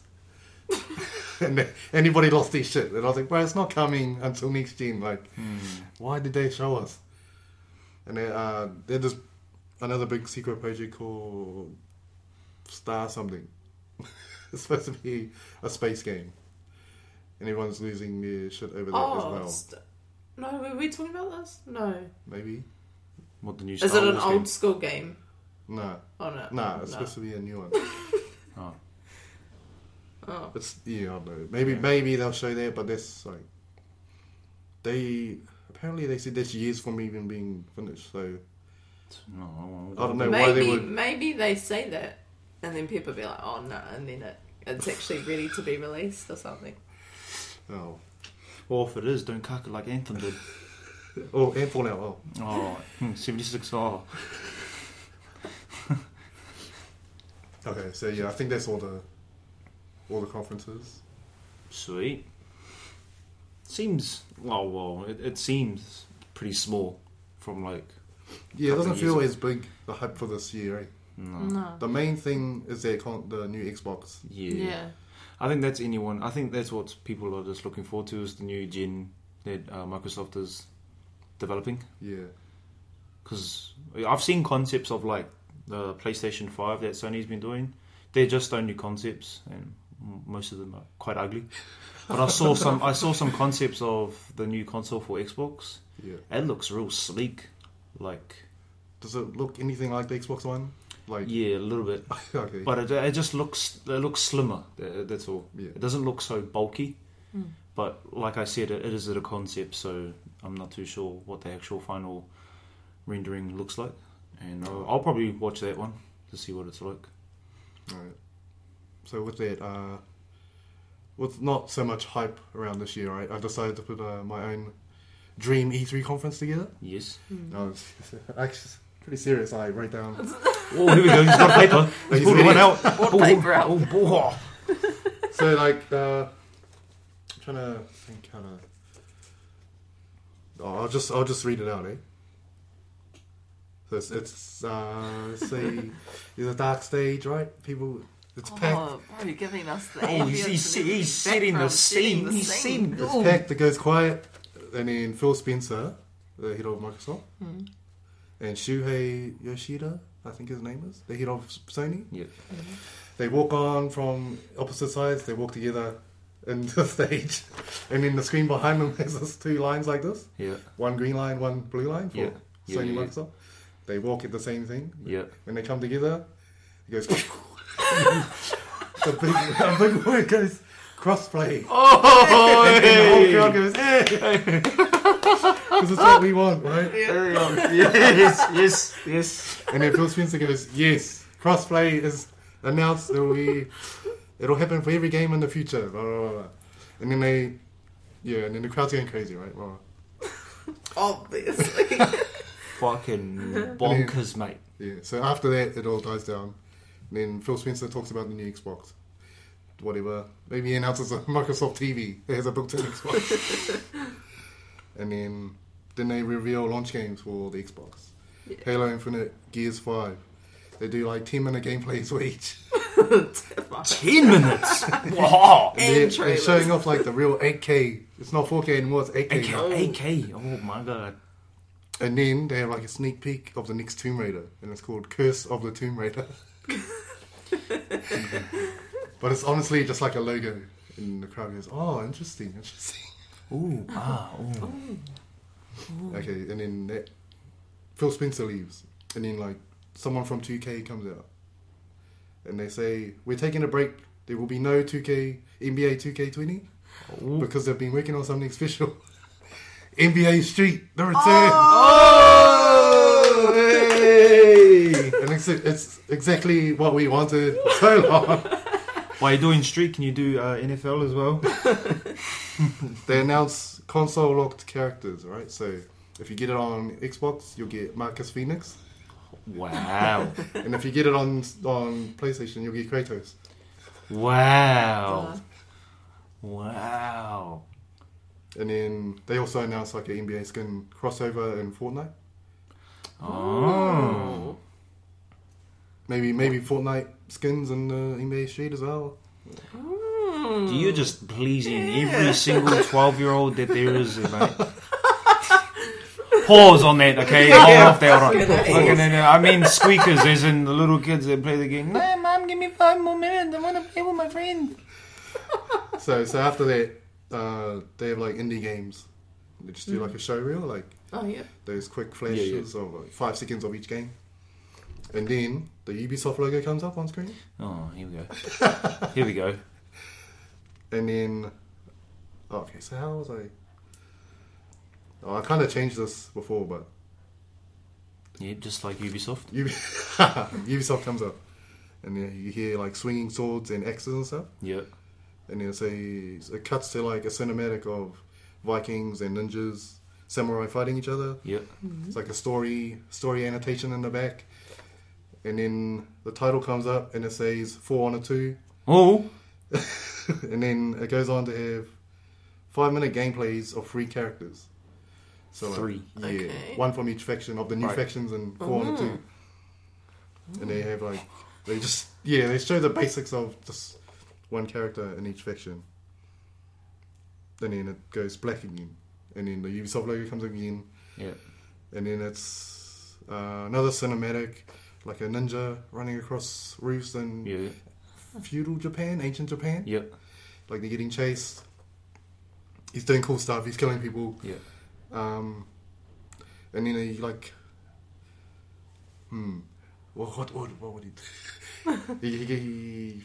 [SPEAKER 3] and then anybody lost their shit, and I was like, bro, it's not coming until next gen. Like, why did they show us? And then uh, there's this another big secret project called Star something. it's supposed to be a space game, and everyone's losing their shit over that as
[SPEAKER 1] Oh,
[SPEAKER 3] well.
[SPEAKER 1] st- no, were we talking about this? No.
[SPEAKER 3] Maybe
[SPEAKER 2] what the new
[SPEAKER 1] Is
[SPEAKER 2] Star
[SPEAKER 1] it an
[SPEAKER 2] Wars
[SPEAKER 1] old
[SPEAKER 2] game?
[SPEAKER 1] school game?
[SPEAKER 3] no,
[SPEAKER 1] Oh no.
[SPEAKER 3] no, it's supposed to be a new one.
[SPEAKER 2] Oh,
[SPEAKER 1] Oh.
[SPEAKER 3] It's yeah, I don't know. Maybe
[SPEAKER 2] Yeah.
[SPEAKER 3] maybe they'll show that, but that's like they apparently they said that's years from even being finished. So
[SPEAKER 2] it's- no,
[SPEAKER 3] I don't know. why
[SPEAKER 1] maybe
[SPEAKER 3] they would-
[SPEAKER 1] maybe they say that, and then people be like, "Oh no," and then it, it's actually ready to be released or something.
[SPEAKER 3] oh,
[SPEAKER 2] Or if it is, don't cock it like Anthem did.
[SPEAKER 3] oh, and Fallout. Oh,
[SPEAKER 2] Oh, hmm, 76 Oh,
[SPEAKER 3] okay. So yeah, I think that's all the all the conferences.
[SPEAKER 2] Sweet. Seems well, well. It, it seems pretty small from like
[SPEAKER 3] Yeah, it
[SPEAKER 2] Couple
[SPEAKER 3] doesn't
[SPEAKER 2] of
[SPEAKER 3] feel
[SPEAKER 2] years
[SPEAKER 3] as big the hype for this year. Eh?
[SPEAKER 2] no.
[SPEAKER 1] No.
[SPEAKER 3] The main thing is their con- the new Xbox.
[SPEAKER 2] Yeah. I think that's anyone. I think that's what people are just looking forward to is the new gen that uh, Microsoft is developing.
[SPEAKER 3] Yeah,
[SPEAKER 2] Because I've seen concepts of like the PlayStation Five that Sony's been doing. They're just only concepts, and m- most of them are quite ugly. But I saw some. I saw some concepts of the new console for Xbox.
[SPEAKER 3] yeah.
[SPEAKER 2] It looks real sleek. Like
[SPEAKER 3] Does it look anything like the Xbox One? Like
[SPEAKER 2] yeah, a little bit.
[SPEAKER 3] okay,
[SPEAKER 2] But it, it just looks it looks slimmer. tha- That's all.
[SPEAKER 3] Yeah.
[SPEAKER 2] It doesn't look so bulky.
[SPEAKER 1] Hmm.
[SPEAKER 2] But like I said, it, it is at a concept, so I'm not too sure what the actual final rendering looks like. And I'll, I'll probably watch that one to see what it's like.
[SPEAKER 3] Right. So with that, uh, with not so much hype around this year, right? I decided to put uh, my own dream E3 conference together.
[SPEAKER 2] Yes.
[SPEAKER 3] No, it's, actually pretty serious. I write down.
[SPEAKER 2] Oh, here we go. He's got paper. He's
[SPEAKER 3] He's ready.
[SPEAKER 2] pulling one out. Oh,
[SPEAKER 1] paper out.
[SPEAKER 2] Oh, boy.
[SPEAKER 3] so like, uh, I'm trying to think how to. Oh, I'll just I'll just read it out, eh? So it's, it's uh, say there's a dark stage, right? People, it's packed.
[SPEAKER 1] Oh, bro, you're giving us the
[SPEAKER 2] Oh, he's, he's,
[SPEAKER 1] ambience and
[SPEAKER 2] he's setting the
[SPEAKER 1] background, setting
[SPEAKER 2] scene.
[SPEAKER 1] the
[SPEAKER 2] He's
[SPEAKER 1] scene.
[SPEAKER 2] setting.
[SPEAKER 3] It's
[SPEAKER 2] oh.
[SPEAKER 3] packed, it goes quiet. And then Phil Spencer, the head of Microsoft,
[SPEAKER 2] Hmm.
[SPEAKER 3] and Shuhei Yoshida, I think his name is, the head of Sony.
[SPEAKER 2] Yeah.
[SPEAKER 3] They walk on from opposite sides, they walk together in the stage. And then the screen behind them has this two lines like this
[SPEAKER 2] Yeah.
[SPEAKER 3] one green line, one blue line for
[SPEAKER 2] Yeah. Yeah,
[SPEAKER 3] Sony
[SPEAKER 2] yeah, yeah.
[SPEAKER 3] Microsoft. They walk at the same thing.
[SPEAKER 2] Yeah.
[SPEAKER 3] When they come together, it goes. the big, the big word goes. Crossplay.
[SPEAKER 2] Oh,
[SPEAKER 3] And the whole crowd goes, hey! Because it's what we want, right?
[SPEAKER 2] yes, yes, yes.
[SPEAKER 3] And then Phil Spencer goes, yes, crossplay is announced. It'll be, it'll happen for every game in the future. Blah, blah, blah, blah. And then they, yeah, and then the crowd's going crazy, right? Blah, blah.
[SPEAKER 1] Obviously.
[SPEAKER 2] Fucking bonkers, mate.
[SPEAKER 3] Yeah. So after that, it all dies down. And then Phil Spencer talks about the new Xbox, whatever. Maybe he announces a Microsoft TV that has a built-in Xbox. and then then they reveal launch games for the Xbox:
[SPEAKER 1] Yeah.
[SPEAKER 3] Halo Infinite, Gears Five. They do like ten-minute gameplays for each.
[SPEAKER 2] Ten minutes. Wow.
[SPEAKER 1] And
[SPEAKER 3] they're, they're
[SPEAKER 1] trailers.
[SPEAKER 3] showing off like the real 8K. It's not 4K anymore. It's 8K.
[SPEAKER 2] AK,
[SPEAKER 3] now.
[SPEAKER 2] AK. Oh my god.
[SPEAKER 3] And then they have like a sneak peek of the next Tomb Raider, and it's called Curse of the Tomb Raider. but it's honestly just like a logo, and the crowd goes, "Oh, interesting, interesting."
[SPEAKER 2] Ooh, ah, ooh.
[SPEAKER 3] Okay, and then that, Phil Spencer leaves, and then like someone from 2K comes out, and they say, "We're taking a break. There will be no 2K NBA 2K20
[SPEAKER 2] Ooh.
[SPEAKER 3] because they've been working on something special. NBA Street: The Return."
[SPEAKER 2] Oh! Hey!
[SPEAKER 3] and it's, it's exactly what we wanted for so long.
[SPEAKER 2] While you're doing street, can you do uh, NFL as well?
[SPEAKER 3] they announced console locked characters, right? So if you get it on Xbox, you'll get Marcus Phoenix,
[SPEAKER 2] Wow.
[SPEAKER 3] and if you get it on on PlayStation, you'll get Kratos.
[SPEAKER 2] Wow. Wow.
[SPEAKER 3] And then they also announced like an NBA skin crossover in Fortnite.
[SPEAKER 2] Oh.
[SPEAKER 3] Maybe maybe Fortnite skins in the NBA Street as well.
[SPEAKER 2] You're just pleasing every single 12 year old that there is, eh, mate. Pause on that, okay? Hold off there, hold on. Okay, no, no, I mean squeakers, as in the little kids that play the game. No, mom, give me five more minutes. I want to play with my friend.
[SPEAKER 3] So so after that, uh, they have like indie games. They just do like a show reel, like
[SPEAKER 1] Oh, yeah.
[SPEAKER 3] those quick flashes of like five seconds of each game. And then the Ubisoft logo comes up on screen.
[SPEAKER 2] Oh, here we go. Here we go.
[SPEAKER 3] And then, oh, okay, so how was I? Oh, I kind of changed this before, but
[SPEAKER 2] Yeah, just like Ubisoft.
[SPEAKER 3] Ubi- Ubisoft comes up. And then you hear like swinging swords and axes and stuff.
[SPEAKER 2] Yep.
[SPEAKER 3] And then it says, it cuts to like a cinematic of Vikings and ninjas, samurai fighting each other.
[SPEAKER 2] Yep.
[SPEAKER 3] It's like a story story annotation in the back. And then the title comes up and it says four on a two.
[SPEAKER 2] Oh,
[SPEAKER 3] and then it goes on to have five minute gameplays of three characters. So like,
[SPEAKER 2] Three.
[SPEAKER 3] yeah,
[SPEAKER 1] Okay.
[SPEAKER 3] one from each faction of the new
[SPEAKER 2] Right.
[SPEAKER 3] factions and 4 and two. And they have like they just yeah they show the basics of just one character in each faction. And then it goes black again, and then the Ubisoft logo comes again,
[SPEAKER 2] yeah.
[SPEAKER 3] and then it's uh, another cinematic, like a ninja running across roofs in
[SPEAKER 2] Yeah.
[SPEAKER 3] feudal Japan, ancient Japan.
[SPEAKER 2] Yep.
[SPEAKER 3] Like they're getting chased. He's doing cool stuff. He's killing people.
[SPEAKER 2] Yeah.
[SPEAKER 3] Um, and then he like, hmm, well, what would what would he do? he, he, he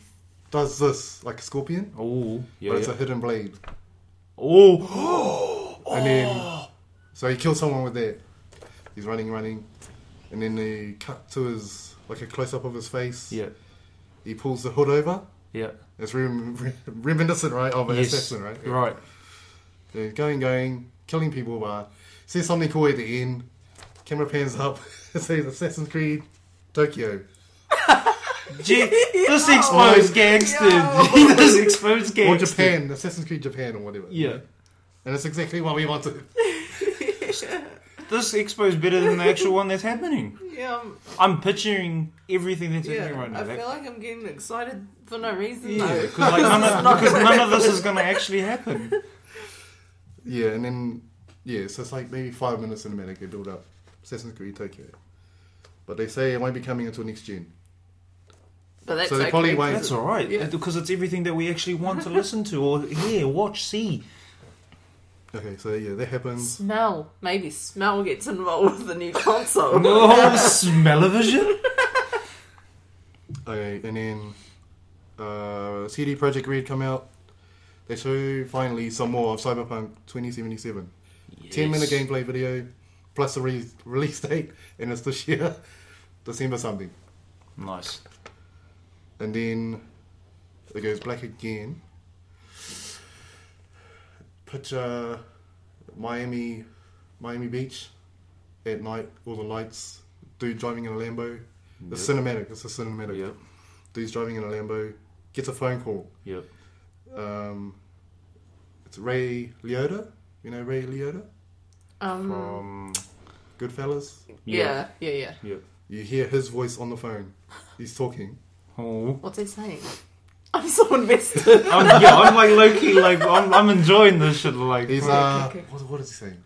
[SPEAKER 3] does this like a scorpion,
[SPEAKER 2] Oh, yeah.
[SPEAKER 3] but it's
[SPEAKER 2] yeah.
[SPEAKER 3] a hidden blade.
[SPEAKER 2] Oh,
[SPEAKER 3] And then, so he kills someone with that. He's running, running, and then they cut to his like a close up of his face.
[SPEAKER 2] yeah.
[SPEAKER 3] He pulls the hood over.
[SPEAKER 2] Yeah.
[SPEAKER 3] It's rem- rem- reminiscent, right, of an assassin, right? Yeah.
[SPEAKER 2] Oh, Right.
[SPEAKER 3] They're going, going, killing people, but see something cool at the end. Camera pans up, it says Assassin's Creed Tokyo.
[SPEAKER 2] Gee, this exposed gangster. this exposed
[SPEAKER 3] Or
[SPEAKER 2] gangster.
[SPEAKER 3] Japan, Assassin's Creed Japan, or whatever.
[SPEAKER 2] Yeah.
[SPEAKER 3] And it's exactly what we wanted.
[SPEAKER 2] This expo's better than the actual one that's happening.
[SPEAKER 1] Yeah, I'm-
[SPEAKER 2] I'm picturing everything that's
[SPEAKER 1] yeah.
[SPEAKER 2] happening right now.
[SPEAKER 1] I feel
[SPEAKER 2] That-
[SPEAKER 1] like I'm getting excited for no reason.
[SPEAKER 2] Yeah,
[SPEAKER 1] though.
[SPEAKER 2] because like none of, because none of this is going to actually happen.
[SPEAKER 3] Yeah, and then, yeah, so it's like maybe five minutes in a minute, they build up Assassin's Creed Tokyo. But they say it won't be coming until next June.
[SPEAKER 1] But that's
[SPEAKER 3] So they
[SPEAKER 1] okay.
[SPEAKER 3] probably won't-
[SPEAKER 2] That's all right
[SPEAKER 1] Yeah.
[SPEAKER 2] because it's everything that we actually want to listen to or hear, watch, see.
[SPEAKER 3] Okay, so yeah, that happens.
[SPEAKER 1] Smell. Maybe smell gets involved with the new console.
[SPEAKER 2] No smell-o-vision.
[SPEAKER 3] Okay, and then uh, CD Projekt Red come out. They show finally some more of Cyberpunk 2077. 10 minute
[SPEAKER 2] Yes.
[SPEAKER 3] gameplay video, plus the re- release date, and it's this year, December something.
[SPEAKER 2] Nice.
[SPEAKER 3] And then it goes black again. Picture uh, Miami, Miami Beach at night, all the lights, dude driving in a Lambo. The
[SPEAKER 2] Yep.
[SPEAKER 3] cinematic, it's a cinematic.
[SPEAKER 2] Yep.
[SPEAKER 3] Dude's driving in a Lambo, gets a phone call.
[SPEAKER 2] Yep.
[SPEAKER 3] Um, it's Ray Liotta. You know Ray Liotta
[SPEAKER 1] Um,
[SPEAKER 3] from Goodfellas.
[SPEAKER 1] yeah, yeah, yeah.
[SPEAKER 2] Yep.
[SPEAKER 3] You hear his voice on the phone. He's talking.
[SPEAKER 2] Oh.
[SPEAKER 1] What's he saying? I'm so invested.
[SPEAKER 2] I'm, yeah, I'm like Loki. Like I'm, I'm enjoying this shit. Like
[SPEAKER 3] He's
[SPEAKER 1] Okay,
[SPEAKER 3] uh,
[SPEAKER 1] okay, okay.
[SPEAKER 3] What, what is he saying?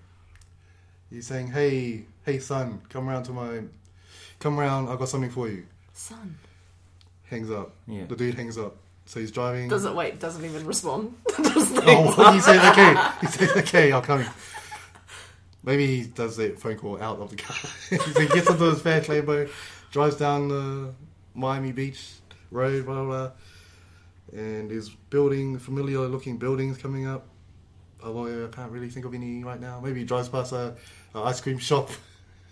[SPEAKER 3] He's saying, "Hey, hey, son, come round to my, come round. I've got something for you."
[SPEAKER 1] Son.
[SPEAKER 3] Hangs up.
[SPEAKER 2] yeah.
[SPEAKER 3] The dude hangs up. So he's driving.
[SPEAKER 1] Doesn't wait, doesn't even respond. Just
[SPEAKER 3] Oh,
[SPEAKER 1] hangs
[SPEAKER 3] what? he
[SPEAKER 1] up.
[SPEAKER 3] says, "Okay." He says, "Okay, I'll come." Maybe he does that phone call out of the car. so he gets into his fast Lambo, drives down the Miami Beach road, blah blah, blah and there's building familiar looking buildings coming up. Although I can't really think of any right now. Maybe he drives past a, a ice cream shop.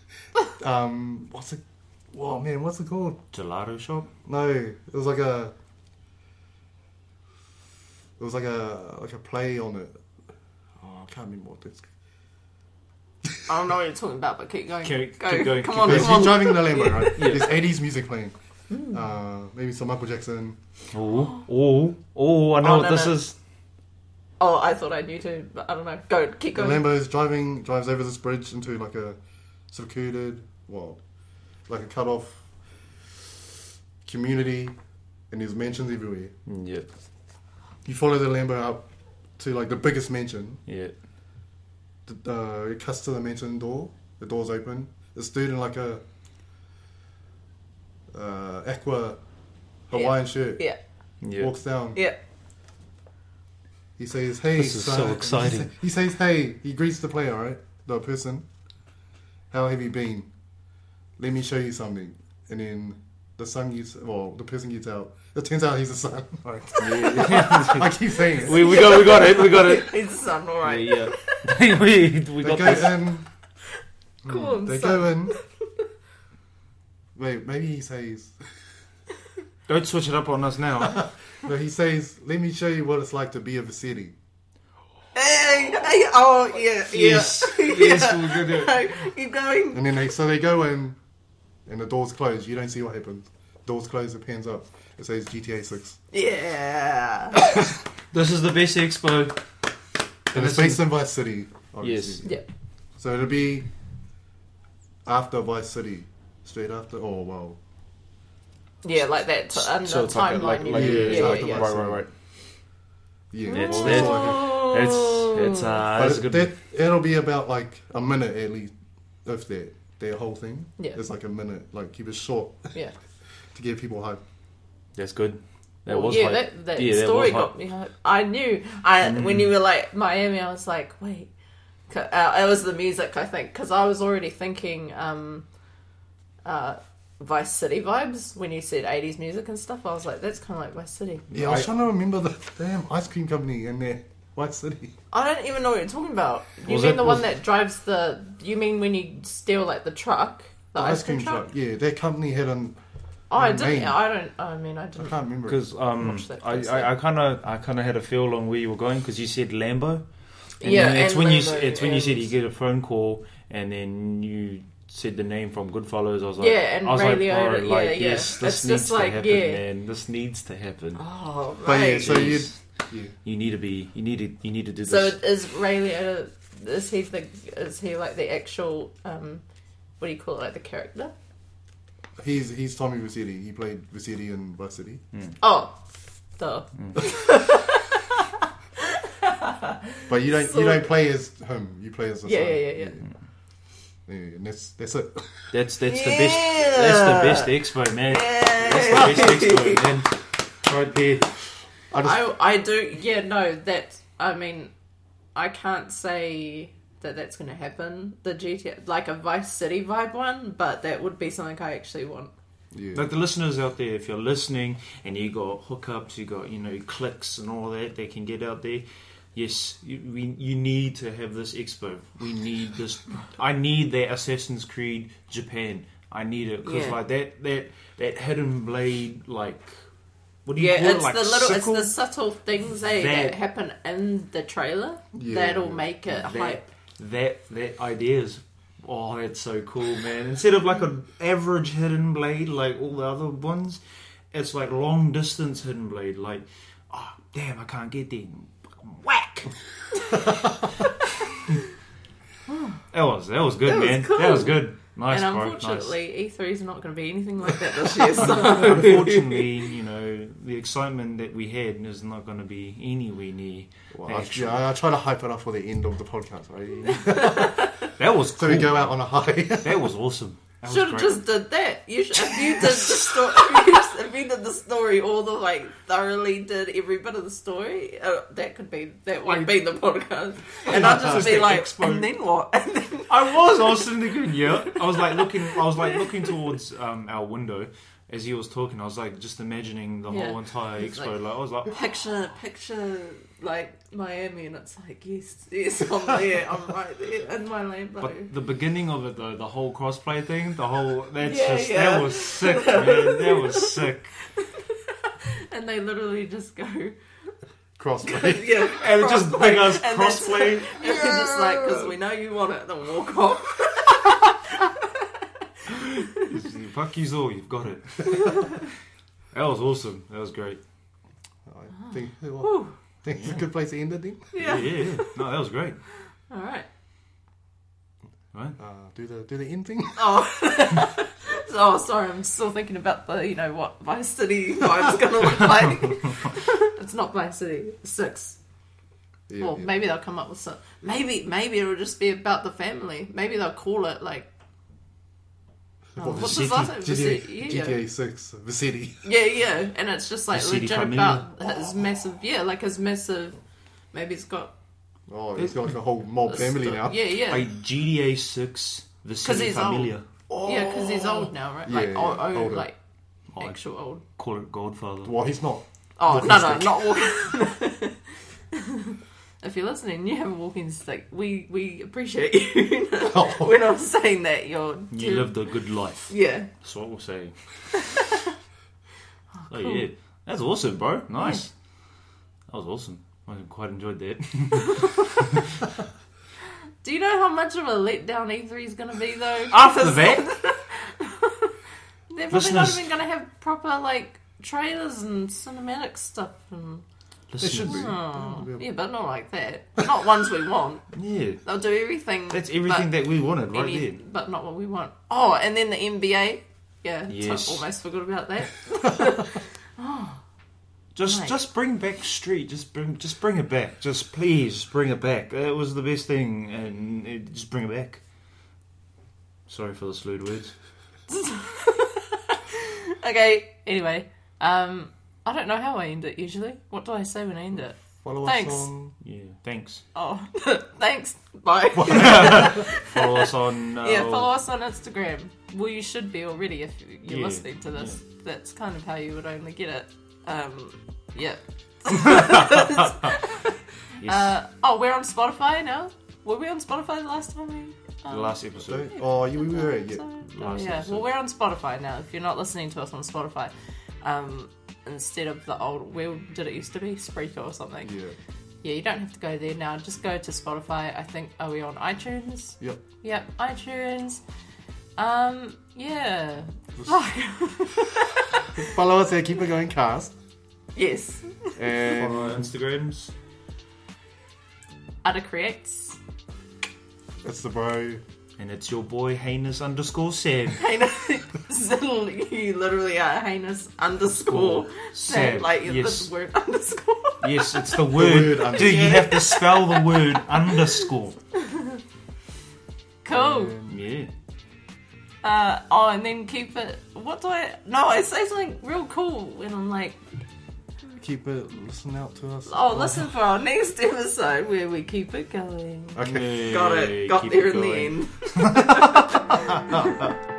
[SPEAKER 3] um, what's it? Whoa, man, what's it called?
[SPEAKER 2] Gelato shop.
[SPEAKER 3] No, it was like a. It was like a like a play on it. Oh, I can't remember what it's.
[SPEAKER 1] I don't know what you're talking about, but keep going.
[SPEAKER 2] Keep-
[SPEAKER 1] Go.
[SPEAKER 2] keep going,
[SPEAKER 1] Come
[SPEAKER 2] keep
[SPEAKER 1] on,
[SPEAKER 2] going.
[SPEAKER 3] He's,
[SPEAKER 1] come on.
[SPEAKER 3] he's driving the Lambo, right?
[SPEAKER 2] Oh, Yeah.
[SPEAKER 3] There's 80s music playing. Uh, maybe some Michael Jackson.
[SPEAKER 2] Oh. Oh. Oh. I know
[SPEAKER 1] Oh,
[SPEAKER 2] what
[SPEAKER 1] no,
[SPEAKER 2] this
[SPEAKER 1] no.
[SPEAKER 2] is.
[SPEAKER 1] Oh, I thought I knew too, but I don't know. Go, keep
[SPEAKER 3] The
[SPEAKER 1] going.
[SPEAKER 3] Lambo's driving drives over this bridge into like a secluded, well, like a cut off community, and there's mansions everywhere.
[SPEAKER 2] Yep.
[SPEAKER 3] You follow the Lambo up to like the biggest mansion,
[SPEAKER 2] Yep.
[SPEAKER 3] the, uh, it cuts to the mansion door. The door's open. This dude in like a uh, aqua Hawaiian shirt
[SPEAKER 1] Yeah,
[SPEAKER 2] Yep.
[SPEAKER 3] walks down.
[SPEAKER 1] yeah.
[SPEAKER 3] He says, "Hey,
[SPEAKER 2] This is so
[SPEAKER 3] son."
[SPEAKER 2] exciting.
[SPEAKER 3] He, sa- he says, "Hey." He greets the player, right? The person. How have you been? Let me show you something. And then the son gets, well, the person gets out. It turns out he's a son. Like, I keep saying it.
[SPEAKER 2] we we got we got it. We got it.
[SPEAKER 1] He's the son, alright.
[SPEAKER 2] Yeah. yeah. we we
[SPEAKER 3] They
[SPEAKER 2] got
[SPEAKER 3] go
[SPEAKER 2] this.
[SPEAKER 3] in.
[SPEAKER 1] Come on,
[SPEAKER 3] They
[SPEAKER 1] son.
[SPEAKER 3] go in. Wait, maybe he says.
[SPEAKER 2] Don't switch it up on us now.
[SPEAKER 3] No, he says, "Let me show you what it's like to be of a city."
[SPEAKER 1] Hey, hey, oh, yeah, yeah.
[SPEAKER 2] Yes. Yes, we're gonna-
[SPEAKER 1] No, keep going.
[SPEAKER 3] And then they so they go in, and the doors closed. You don't see what happens. Doors closed. It pans up. It says GTA Six,
[SPEAKER 1] Yeah.
[SPEAKER 2] This is the best expo.
[SPEAKER 3] and it's based in Vice City.
[SPEAKER 2] Yes.
[SPEAKER 1] yeah.
[SPEAKER 3] So it'll be after Vice City, straight after. Oh well,
[SPEAKER 1] Yeah, like that. Um,
[SPEAKER 2] So
[SPEAKER 1] so
[SPEAKER 2] it's like a-
[SPEAKER 1] timeline.
[SPEAKER 2] like-
[SPEAKER 1] you
[SPEAKER 2] like-
[SPEAKER 3] yeah,
[SPEAKER 1] know. yeah,
[SPEAKER 3] it's
[SPEAKER 1] yeah,
[SPEAKER 3] like a
[SPEAKER 1] yeah.
[SPEAKER 3] vibe.
[SPEAKER 2] Right. Right. Right.
[SPEAKER 3] yeah.
[SPEAKER 2] It's-
[SPEAKER 3] well,
[SPEAKER 2] it's-
[SPEAKER 3] like it.
[SPEAKER 1] Oh,
[SPEAKER 2] It's it's uh
[SPEAKER 3] But
[SPEAKER 2] it's a good.
[SPEAKER 3] that, it'll be about like a minute at least, if that. Their whole thing.
[SPEAKER 1] Yeah.
[SPEAKER 3] It's like a minute. Like keep it short
[SPEAKER 1] yeah.
[SPEAKER 3] to get people hyped.
[SPEAKER 2] That's good. That
[SPEAKER 1] Well,
[SPEAKER 2] was
[SPEAKER 1] yeah,
[SPEAKER 2] hype.
[SPEAKER 1] that, that
[SPEAKER 2] yeah,
[SPEAKER 1] story
[SPEAKER 2] that was Mm.
[SPEAKER 1] got
[SPEAKER 2] hype.
[SPEAKER 1] me hyped. I knew. I when you were like Miami, I was like, wait. 'Cause, Uh, it was the music, I think, because I was already thinking um, uh, Vice City vibes when you said '80s music and stuff. I was like, that's kind of like Vice City.
[SPEAKER 3] Yeah, I was
[SPEAKER 2] I-
[SPEAKER 3] trying to remember the damn ice cream company in there, White City.
[SPEAKER 1] I don't even know what you're talking about. You
[SPEAKER 2] Was
[SPEAKER 1] mean
[SPEAKER 2] it-
[SPEAKER 1] the
[SPEAKER 2] was-
[SPEAKER 1] one that drives the? You mean when you steal like the truck, the
[SPEAKER 3] The ice cream truck. Yeah, that company had an.
[SPEAKER 1] Oh, I
[SPEAKER 3] Your
[SPEAKER 1] didn't.
[SPEAKER 3] name.
[SPEAKER 1] I don't. I mean, I
[SPEAKER 3] I
[SPEAKER 1] didn't.
[SPEAKER 3] can't remember.
[SPEAKER 2] Because um,
[SPEAKER 1] Watch that
[SPEAKER 2] I
[SPEAKER 1] first
[SPEAKER 2] I kind of I kind of had a feel on where you were going because you said Lambo. And
[SPEAKER 1] Yeah,
[SPEAKER 2] then it's
[SPEAKER 1] and
[SPEAKER 2] when you
[SPEAKER 1] Lambo,
[SPEAKER 2] it's when you said
[SPEAKER 1] and-
[SPEAKER 2] you get a phone call and then you said the name from Goodfellas. I was like,
[SPEAKER 1] Yeah, and
[SPEAKER 2] I was like,
[SPEAKER 1] Ray
[SPEAKER 2] bro,
[SPEAKER 1] Liotta,
[SPEAKER 2] like,
[SPEAKER 1] yeah, yeah.
[SPEAKER 2] yes, this
[SPEAKER 1] It's just
[SPEAKER 2] needs
[SPEAKER 1] like,
[SPEAKER 2] to happen,
[SPEAKER 1] yeah.
[SPEAKER 2] man. This needs to happen.
[SPEAKER 1] Oh,
[SPEAKER 3] But yeah,
[SPEAKER 1] right.
[SPEAKER 3] so you
[SPEAKER 2] Jeez.
[SPEAKER 3] yeah.
[SPEAKER 2] You need to be. You need to. You need to do
[SPEAKER 1] So
[SPEAKER 2] this.
[SPEAKER 1] is Ray Liotta? Is he the? Is he like the actual? Um, what do you call it? Like the character?
[SPEAKER 3] he's he's Tommy Vassetti. He played Vassetti in Vice City.
[SPEAKER 1] Oh, duh.
[SPEAKER 3] But you don't
[SPEAKER 1] So-
[SPEAKER 3] you don't play as him. You play as the
[SPEAKER 1] Yeah,
[SPEAKER 3] son.
[SPEAKER 1] yeah, yeah, yeah.
[SPEAKER 3] Yeah, and that's that's it.
[SPEAKER 2] That's that's the best. That's the best expo, man. That's the best expo, man. Right there.
[SPEAKER 3] I just,
[SPEAKER 1] I I do. Yeah, no. That I mean, I can't say that that's going to happen. The GTA, like a Vice City vibe one, but that would be something I actually want.
[SPEAKER 3] Yeah.
[SPEAKER 2] Like the listeners out there, if you're listening and you got hookups, you got you know clicks and all that, they can get out there. Yes, you, we you need to have this expo. We need this. I need that Assassin's Creed Japan. I need it because
[SPEAKER 1] Yeah.
[SPEAKER 2] like that that that hidden blade like what do you
[SPEAKER 1] Yeah,
[SPEAKER 2] call
[SPEAKER 1] it's
[SPEAKER 2] it? Like
[SPEAKER 1] the little,
[SPEAKER 2] sickle?
[SPEAKER 1] it's the subtle things eh, that,
[SPEAKER 2] That-
[SPEAKER 1] happen in the trailer
[SPEAKER 3] Yeah,
[SPEAKER 1] that'll
[SPEAKER 3] yeah.
[SPEAKER 1] make it
[SPEAKER 2] that,
[SPEAKER 1] hype.
[SPEAKER 2] that that idea is oh that's so cool man instead of like an average hidden blade like all the other ones it's like long distance hidden blade like oh damn i can't get there whack that was that was good
[SPEAKER 1] That was
[SPEAKER 2] man
[SPEAKER 1] cool.
[SPEAKER 2] that was good nice
[SPEAKER 1] and
[SPEAKER 2] bro, nice.
[SPEAKER 1] unfortunately, E3 is not going to be anything like that this year. So.
[SPEAKER 2] unfortunately you know the excitement that we had is not going to be anywhere near
[SPEAKER 3] Well, I,
[SPEAKER 2] actual-
[SPEAKER 3] yeah, I- I try to hype it up for the end of the podcast, right?
[SPEAKER 2] that was
[SPEAKER 3] so
[SPEAKER 2] cool
[SPEAKER 3] we go out on a high.
[SPEAKER 2] that was awesome That was
[SPEAKER 1] Should have
[SPEAKER 2] great.
[SPEAKER 1] just did that. You should, if you did the story, if, you just- if you did the story all the way thoroughly, did every bit of the story, uh, that could be that would be the podcast. And I'd just
[SPEAKER 2] Just
[SPEAKER 1] be
[SPEAKER 2] the
[SPEAKER 1] like,
[SPEAKER 2] expo.
[SPEAKER 1] and then what? And then
[SPEAKER 2] I was. I was sitting there going, yeah. I was like looking. I was like looking towards um, our window as he was talking. I was like just imagining the
[SPEAKER 1] Yeah.
[SPEAKER 2] whole entire
[SPEAKER 1] It's
[SPEAKER 2] expo. Like, I was like,
[SPEAKER 1] picture, picture like Miami, and it's like yes, yes, I'm there, I'm right there in my Lambo.
[SPEAKER 2] but the beginning of it though, the whole crossplay thing, the whole that's
[SPEAKER 1] Yeah,
[SPEAKER 2] just
[SPEAKER 1] yeah.
[SPEAKER 2] that was sick, man. That was sick.
[SPEAKER 1] and they literally just go,
[SPEAKER 3] Crossplay.
[SPEAKER 1] yeah,
[SPEAKER 2] And it just big us
[SPEAKER 1] And that's-
[SPEAKER 2] crossplay.
[SPEAKER 1] and they're just like, because we know you want it, then walk off.
[SPEAKER 2] Fuck you all. You've got it. that was awesome. That was great.
[SPEAKER 3] I think, well,
[SPEAKER 1] Whew.
[SPEAKER 3] I think it's a good place to end it, then.
[SPEAKER 1] Yeah.
[SPEAKER 2] Yeah, yeah. yeah. No, that was great.
[SPEAKER 1] All right.
[SPEAKER 2] Right.
[SPEAKER 3] Uh, do the do the end thing.
[SPEAKER 1] Oh. oh, sorry. I'm still thinking about the, you know, what Vice City vibe's gonna look like. it's not Vice City. It's Six.
[SPEAKER 3] Yeah,
[SPEAKER 1] well,
[SPEAKER 3] yeah.
[SPEAKER 1] maybe they'll come up with some. Maybe, maybe it'll just be about the family. Maybe they'll call it like. Oh,
[SPEAKER 3] What,
[SPEAKER 1] what's
[SPEAKER 2] the
[SPEAKER 1] his last name?
[SPEAKER 3] GTA,
[SPEAKER 1] Vici- yeah.
[SPEAKER 3] GTA Six, the city.
[SPEAKER 1] Yeah, yeah, and it's just like
[SPEAKER 2] The City
[SPEAKER 1] legit
[SPEAKER 2] Familia.
[SPEAKER 1] about his massive, yeah, like his massive. Maybe it's got
[SPEAKER 3] Oh, he's got like a whole mob family now.
[SPEAKER 1] Yeah, yeah,
[SPEAKER 2] Like GDA six, the city
[SPEAKER 1] he's old.
[SPEAKER 2] familia.
[SPEAKER 1] yeah, because he's old now, right?
[SPEAKER 3] Yeah,
[SPEAKER 1] like
[SPEAKER 3] yeah,
[SPEAKER 1] old, old
[SPEAKER 3] older.
[SPEAKER 1] like
[SPEAKER 2] Oh, I
[SPEAKER 1] actual old.
[SPEAKER 2] call it Godfather.
[SPEAKER 3] Well, he's not.
[SPEAKER 1] Oh
[SPEAKER 3] Walking
[SPEAKER 1] no,
[SPEAKER 3] stick.
[SPEAKER 1] no, not walking. if you're listening, you have a walking stick. We we appreciate you. We're not saying that you're.
[SPEAKER 2] Oh. You lived a good life.
[SPEAKER 1] Yeah.
[SPEAKER 2] That's what we'll say. oh,
[SPEAKER 1] cool.
[SPEAKER 2] yeah, that's awesome, bro. Nice. That was awesome. I quite enjoyed that.
[SPEAKER 1] Do you know how much of a letdown E3 is going to be though?
[SPEAKER 2] After that,
[SPEAKER 1] They're probably not
[SPEAKER 2] Listeners-
[SPEAKER 1] even going to have proper like trailers and cinematic stuff and.
[SPEAKER 3] It should be.
[SPEAKER 2] listeners,
[SPEAKER 1] Oh,
[SPEAKER 3] Yeah.
[SPEAKER 1] yeah, but not like that. Not ones we want.
[SPEAKER 2] Yeah,
[SPEAKER 1] They'll do everything.
[SPEAKER 2] that's everything
[SPEAKER 1] but
[SPEAKER 2] that we wanted right
[SPEAKER 1] any-
[SPEAKER 2] there.
[SPEAKER 1] But not what we want. Oh, and then the NBA. Yeah,
[SPEAKER 2] Yes.
[SPEAKER 1] I almost forgot about that.
[SPEAKER 2] Just,
[SPEAKER 1] Right.
[SPEAKER 2] just bring back street. Just bring, just bring it back. Just please bring it back. That was the best thing, and it, just bring it back. Sorry for the slurred words.
[SPEAKER 1] Okay. Anyway, um, I don't know how I end it usually. What do I say when I end it?
[SPEAKER 3] Follow
[SPEAKER 1] Thanks.
[SPEAKER 3] us on.
[SPEAKER 2] Yeah, thanks.
[SPEAKER 1] Oh, thanks. Bye.
[SPEAKER 2] Follow us on. Uh,
[SPEAKER 1] yeah, follow us on Instagram. Well, you should be already if you- you're
[SPEAKER 2] Yeah,
[SPEAKER 1] listening to this. That's kind of how you would only get it. Um, yeah.
[SPEAKER 2] Yes,
[SPEAKER 1] Uh, oh, we're on Spotify now. Were we on Spotify the last time we?
[SPEAKER 2] the
[SPEAKER 1] um,
[SPEAKER 2] last episode.
[SPEAKER 3] Don't- Oh, you we were yeah.
[SPEAKER 1] Oh,
[SPEAKER 2] Last
[SPEAKER 1] yeah.
[SPEAKER 2] episode.
[SPEAKER 1] Well, we're on Spotify now. If you're not listening to us on Spotify, um, instead of the old, where did it used to be? Spreaker or something.
[SPEAKER 3] Yeah.
[SPEAKER 1] Yeah, you don't have to go there now. Just go to Spotify. I think are we on iTunes?
[SPEAKER 3] Yep.
[SPEAKER 1] Yep, iTunes. Um, yeah.
[SPEAKER 3] Follow us at Keep It Going Cast.
[SPEAKER 1] yes.
[SPEAKER 3] And
[SPEAKER 2] Follow our Instagrams.
[SPEAKER 1] Ada creates.
[SPEAKER 3] it's the bro.
[SPEAKER 2] And it's your boy Heinous underscore Sam.
[SPEAKER 1] Heinous. you literally are heinous underscore. Sam. Oh, Like
[SPEAKER 2] yes.
[SPEAKER 1] this word underscore.
[SPEAKER 2] yes, it's the word.
[SPEAKER 3] word
[SPEAKER 2] Dude, you have to spell the word underscore.
[SPEAKER 1] Cool.
[SPEAKER 3] And
[SPEAKER 2] Yeah.
[SPEAKER 1] Uh, oh, and then keep it. What do I? No, I say something real cool when I'm like,
[SPEAKER 3] keep it. Listen out to us.
[SPEAKER 1] oh, listen for our next episode where we keep it going.
[SPEAKER 3] Okay.
[SPEAKER 1] Got it. Got
[SPEAKER 2] Keep
[SPEAKER 1] there in
[SPEAKER 2] going.
[SPEAKER 1] the end.